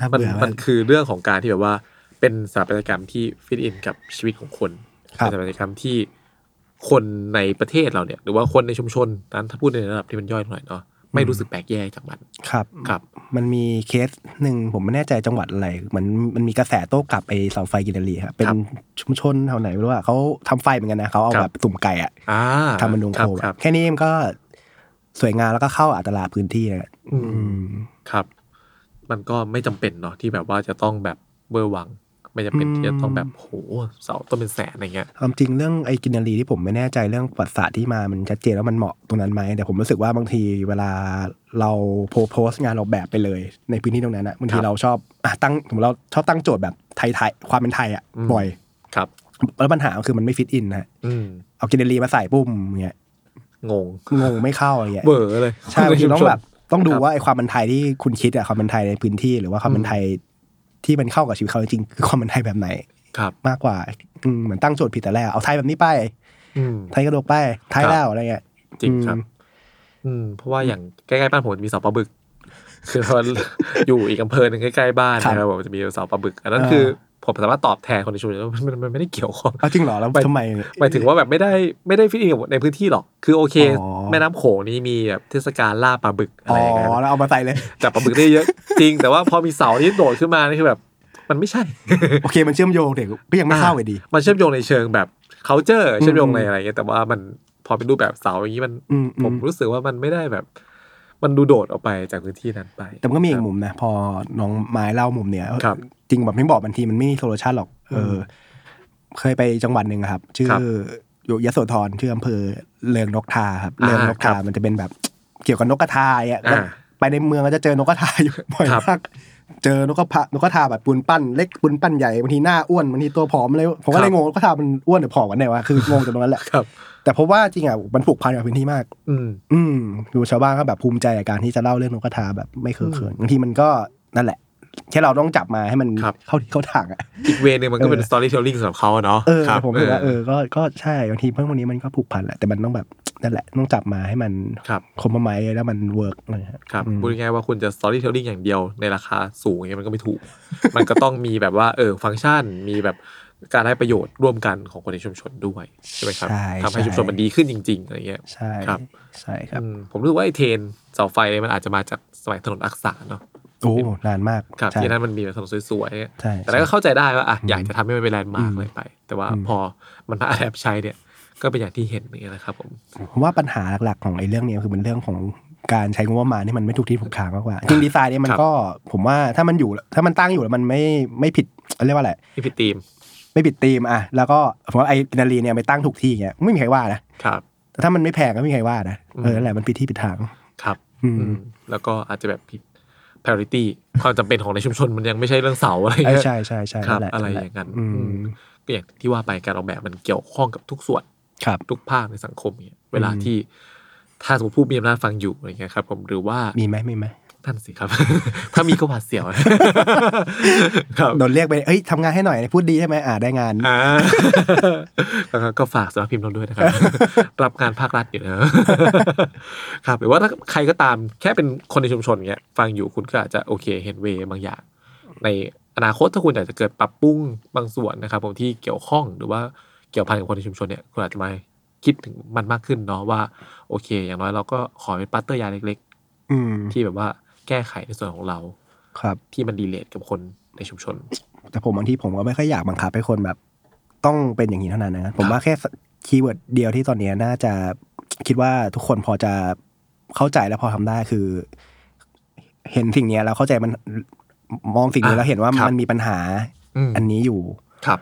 น่า
มัน
เบื่อ
มั
มาก
นคือเรื่องของการที่แบบว่าเป็นสถาปัตยกรรมที่ฟิตอินกับชีวิตของคน
ครับ
เป็นสถาปัตยกรรมที่คนในประเทศเราเนี่ย หรือว่าคนในชุมชนนั้นถ้าพูดในระดับที่มันย่อยหน่อยเนาะไม่รู้สึกแปลกแยกจากมัน
ครับ
ครับ
มันมีเคสหนึ่งผมไม่แน่ใจจังหวัดอะไรเหมือนมันมีกระแสโต้กลับไอเสาไฟกินนารีครับเป็
ครั
น
บ
ชุมชนแถวไหนไม่รู้อะเขาทำไฟเหมือนกันนะเขาเอา
ครับ
แบบตุ่มไก่อะ
อ่า
ทำเป็นวงโคม
ครั
อะ
บ
แค่นี้มันก็สวยงามแล้วก็เข้าอัตราพื้นที่นะ
อืม ครับ มันก็ไม่จำเป็นเนาะที่แบบว่าจะต้องแบบเบอร์วัง ไม่จำเป็นที่จะต้องแบบโหเสาต้นเป็นแสนอะไรเงี้ย
ความจริงเรื่องไอ้กินนารีที่ผมไม่แน่ใจเรื่องประวัติศาสตร์ที่มามันชัดเจนว่ามันเหมาะตรงนั้นไหมแต่ผมรู้สึกว่าบางทีเวลาเราโพสต์งานออกแบบไปเลย ในพื้นที่ตรงนั้นนะบางที
ครับ
เราชอบอ่ะตั้งสมมติเราชอบตั้งโจทย์แบบไทยๆความเป็นไทยอ่ะ
อืม
บ่อย
ครับ
แล้วปัญหาคือมันไม่ฟิตอินนะฮะ
อืม
เอากินนารีมาใส่ปุ้มอย่างเงี้ย
งง
งงไม่เข้าอะไรเงี้ย
เบอร์เลย
ใช่บางทีต้องแบบต้องดู
ครับ
ว่าไอ้ความเป็นไทยที่คุณคิดอะความเป็นไทยในพื้นที่ หรือว่าความเป็นไทยที่มันเข้ากับชีวิตเขาจริงๆคือความเป็นไทยแบบไหน
ครับ
มากกว่าอืมเหมือนตั้งโจทย์ผิดแต่แรกเอาไทยแบบนี้ไป
อืม
ไทยกระโดกไป ไทย
ครับ
แล้วอะไรเงี้ย
จริงครับ
อืม
อืม เพราะว่าอย่างใกล้ๆบ้านผมจะมีเสาปลาบึก [LAUGHS] คือเพราะว่า [LAUGHS] อยู่อีกอำเภอหนึ่งใกล้ๆบ้านนะครับผมจะมีเสาปลาบึก อันนั้นคือผมสามารถตอบแทนคนในชุมชนมันมันมันไม่ได้เกี่ยวข้อง
เอาจริงเหรอแล้ว
ไป
ทำไม
หมายถึงว่าแบบไม่ได้ไม่ได้ฟิตอินกับในพื้นที่หรอก คือโอเค
อ๋อ
แม่น้ำโขงนี่มีแบบเทศกาลล่าปลาบึกอะ
อ๋
ไร
อ
อย่างเงี้ย
แล้วเอามาใส่เลย
จับปลาบึกได้เยอะ จริง แต่ว่าพอมีเสาที่โดดขึ้นมานี่คือแบบ มันไม่ใช่
โอเคมันเชื่อมโยงเด็กก็ยังไม่เข้าไปดี
มันเชื่อมโยงในเชิงแบบ c u เจอร์เชื่อมโยง
อืม
ในอะไรเงี้ยแต่ว่ามันพอเป็นรูปแบบเสาอย่างนี้มัน
อืม
ผมรู้สึกว่ามันไม่ได้แบบ มันดูโดดออกไปจากพื้นที่นั้นไป
แต่มันก็มีอีกมุมนะ พอน้องไม้เล่ามุมเนี้ย
ครับ
จริงแบบที่บอกบางทีมันไม่มีโซลูชันหรอก เอออเคยไปจังหวัดหนึ่งอะครับ ชื่อ
ครับ
อยู่ยโสธรชื่ออำเภอเลิงนกทาครับ
อ่า
เลิงนก
ครั
ทา
บ
มันจะเป็นแบบเกี่ยวกับนกกระทาอ่ะ
อ่า
ไปในเมืองก็จะเจอนกกระทาอยู่ [LAUGHS] บ่อย
ครับ
มากเจอนกกระพะนกกระทาแบบปูนปั้นเล็กปูนปั้นใหญ่บางทีหน้าอ้วนบางทีตัวผอมเลยผมก็เลยงงนกกระทามันอ้วนหรือผอมกันแน่วะคืองงจากตรงนั้นแหละ
ครับ
แต่เพราะว่าจริงอ่ะมันผูกพันกับพื้นที่มาก
อืม
อืมดูชาวบ้านก็แบบภูมิใจกับการที่จะเล่าเรื่องนกกระทาแบบไม่เคอะเขินบางทีมันก็นั่นแหละ แค่เราต้องจับมาให้มัน
ครับ
เข้าที่เข้าทางอ่ะ
อีกเวย์หนึงมันก็เป็น
เออ
สตอรี่เทลลิ่งสำหรับเขาอะเนาะ
เออ
ครับ
ผมรู้สึกว่าเออก็ก็ใช่บางทีเพื่อนพวกนี้มันก็ผูกพันแหละแต่มันต้องแบบนั่นแหละต้องจับมาให้มัน
ครับ
คมประมาณแล้วมันเวิร์กนะฮะ
ครับ
อืม
พูดง่ายๆว่าคุณจะสตอรี่เทลลิ่งอย่างเดียวในราคาสูงอย่างเงี้ยมันก็ไม่ถูก มันก็ต้องมีแบบว่าเออฟังก์ชันมีแบบการได้ประโยชน์ร่วมกันของคนในชุมชนด้วยใช่ไหมครับ
ใช่
ทำให้ชุมชนมันดีขึ้นจริงๆอะไรเงี้ย
ใช่
ครับ
ใช่ครับ
อืมผมรู้สึกว่าไอ้เทรนเสาไฟเนี่ยมันอาจจะมาจากสมัยถนนอักษรเนาะ
โอ้นานมาก
ครับ
ใช่
ที่นั่นมันมีแบบถนนสวยๆ
ใช่
แต่เราก็
ใช่
เข้าใจได้ว่าอ่ะอยากจะทำให้มันเป็นแลนด์มาร์กเลยไป แต่ว่า
อืม
พอมันมาแอบใช้เนี่ย ก็เป็นอย่างที่เห็นอย่างเงี้ยนะครับผม
ผมว่าปัญหาหลักๆของไอ้เรื่องเนี้ยคือเป็นเรื่องของการใช้งบประมาณที่มันไม่ถูกที่ถูกทางมากกว่าจริงดีไซน์เนี่ยมันก็ผมว่าถ้ามันอยู่ถ้ามันตั้งอยู่แล้วมันไม่ไม่ผิดเรียกว่าอะไร
นี่พี่ตีม
ไม่ผิดธีมอ่ะแล้วก็ผมว่าไอ้กินารีเนี่ยไปตั้งถูกที่เงี้ยไม่มีใครว่านะครับ แต่ถ้ามันไม่แพงก็ไม่มีใครว่านะเออนั่นแหละมันผิดที่ผิดทาง
ครับ
อืม
อืมแล้วก็อาจจะแบบผิด priority ความจำเป็นของในชุมชนมันยังไม่ใช่เรื่องเสาอะไร
เออ
เงี้ย
ใช่ใช่ใช่
ครั
นั่นแห
บ
ละ
อะไร
นั่นแห
อ
ละ
ย่างนั้น
อื
อื
ม
มก็อย่างที่ว่าไปการออกแบบมันเกี่ยวข้องกับทุกส่วน
ครับ
ทุกภาคในสังคมเนี่ยเวลาที่ถ้าสมมติผู้มีอำนาจฟังอยู่อะไรเงี้ยครับ ผมหรือว่า
มีไหมมีไหม
ท่านสิครับ [LAUGHS] ถ้ามีก็หวาด
[LAUGHS]
เสียวครับ
โดนเรียกไปเอ้ยทำงานให้หน่อยพูดดีใช่ไหมอ่าได้งาน
อ่า [LAUGHS] แล้วก็ก็ฝากสำนักพิมพ์เราด้วย
[LAUGHS]
นะครับ รับงานภาครัฐอยู่นะ [LAUGHS] ครับหรือว่าถ้าใครก็ตามแค่เป็นคนในชุมชนเงี้ยฟังอยู่คุณก็อาจจะโอเคเห็นเวบางอย่าง ในอนาคตถ้าคุณอยากจะเกิดปรับปรุงบางส่วนนะครับผมที่เกี่ยวข้องหรือว่าเกี่ยวพันกับคนในชุมชนเนี่ยคุณอาจจะมาคิดถึงมันมากขึ้นเนาะว่าโอเค อย่างน้อยเราก็ขอเป็นปัตเตอร์ยาเล็ก
อืม
ๆ ที่แบบว่าแก้ไขในส่วนของเรา
ครับ
ที่มันดีเลทกับคนในชุมชน
แต่ผมบางทีผมก็ไม่ค่อยอยากบังคับให้คนแบบ ต้องเป็นอย่างนี้เท่านั้นนะผมว่าแค่คีย์เวิร์ดเดียวที่ตอนเนี้ยน่าจะคิดว่าทุกคนพอจะเข้าใจและพอทำได้คือ เห็นสิ่งเนี้ยแล้วเข้าใจมันมองสิ่งนี้
อ่ะ
แล้วเห็นว่า
ครับ
มันมีปัญหา
อืม
อันนี้อยู่
ครับ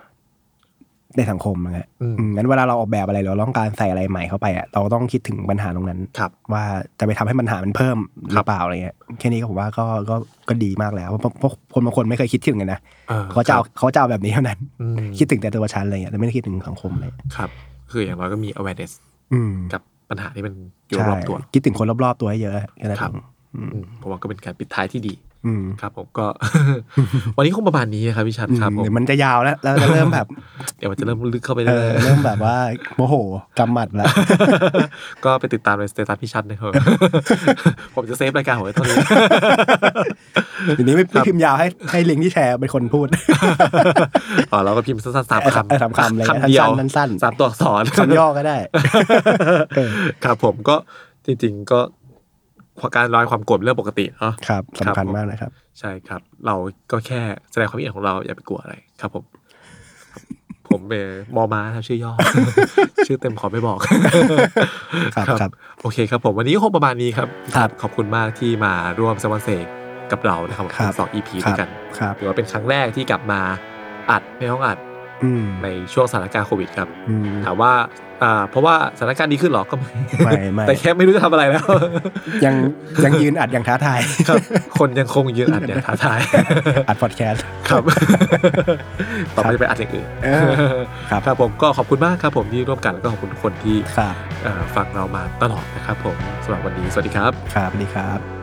ในสังคมนะฮะ
อืม
อืมงั้นเวลาเราออกแบบอะไรหรือเราต้องการใส่อะไรใหม่เข้าไปอะเราต้องคิดถึงปัญหาตรงนั้น
ครับ
ว่าจะไปทำให้ปัญหามันเพิ่มห
ค
รื
รับ
อเปล่าอะไรเงี้ยแค่นี้ก็ผมว่าก็ก็ก็ดีมากแล้วเพราะเพราะคนบางคนไม่เคยคิดถึงเลยนะเขาจะเอาเขาจะเอาแบบนี้เท่านั้น
อืม
คิดถึงแต่ตัวฉันอะไรเงี้ยแต่ไม่ได้คิดถึงสังคมเลย
ครับ คืออย่างน้อยก็มี awareness
อืม
กับปัญหาที่มันอยู่
ใช่
รอบตัว
คิดถึงคนรอบๆตัวให้เยอะแค่นั้น
ครับ
เองอืม
อืมผมว่าก็เป็นการปิดท้ายที่ดี
อืม
ครับ ผมก็ [LAUGHS] วันนี้คงประมาณนี้นะครับพี่ชัดครับผ
หรื
ม
อมันจะยาวแล้วแล้วจะเริ่มแบบ
เดี๋ยวมันจะเริ่มลึก [LAUGHS] เข้าไป
เอ
เรื่
อ
อยๆ
เริ่มแบบว่าโมโหกำหมัดแล้ว
[LAUGHS] ก็ไปติดตามในสเตตัสพี่ชัดนะครับ [LAUGHS] ผมจะเซฟรายการของไว้ตอนนี้
ทีนี้ไม่ไม่พิมพ์ยาวให้ให้ลิงก์ที่แชร์เป็นคนพูด [LAUGHS]
อ๋อเราก็พิมพ์สั้นๆสาม
เออ
คำ
สามคำเลยนะ
คำเดียว
สั้นๆสั้นๆ
สามตัวอักษร
คำย่อก็ได้ เออ
ครับผมก็จริงๆก็การลอยความโกรธเป็นเรื่องปกติเนาะ
ครับสำคัญ
ครับผม
มากนะครับ
ใช่ครับ เราก็แค่แสดงความคิดเห็นของเราอย่าไปกลัวอะไรครับผม [LAUGHS] ผมเป็นมอมาครับชื่อย่อ [LAUGHS] ชื่อเต็มขอไม่บอก
[LAUGHS] ครับครับ
โอเคครับผมวันนี้ก็คงประมาณนี้ครับ
ครับ
ขอบคุณมากที่มาร่วมสมัครเสกกับเรานะครับ
ครับ
สองอีพี
ครั
ด้ว
บ
ยกัน
ครับ
ถือว่าเป็นครั้งแรกที่กลับมาอัดในห้องอัด
อืม
ในช่วงสถานการณ์โควิดครับ
อืม
ถามว่าอ่าเพราะว่าสถานการณ์ดีขึ้นเหรอก็
ไม่ไม่
[LAUGHS] แต่แค่ไม่รู้จะทำอะไร
[LAUGHS]
แล้ว
ยังยังยืนอัดอย่างท้าทาย
ครับคนยังคงยืนอัดอย่างท้าทาย
อัดพอดแคสต์
ครับ ต่อไปจะไปอัดอย่างอื่น
เออครับ
ครับผมก็ขอบคุณมากครับผมที่ร่วมกันแล้วก็ขอบคุณทุกคนที่
ครับ
เอ่อฟังเรามาตลอดนะครับผมสำหรับวันนี้สวัสดีครับ
ครับสวัสดีครับ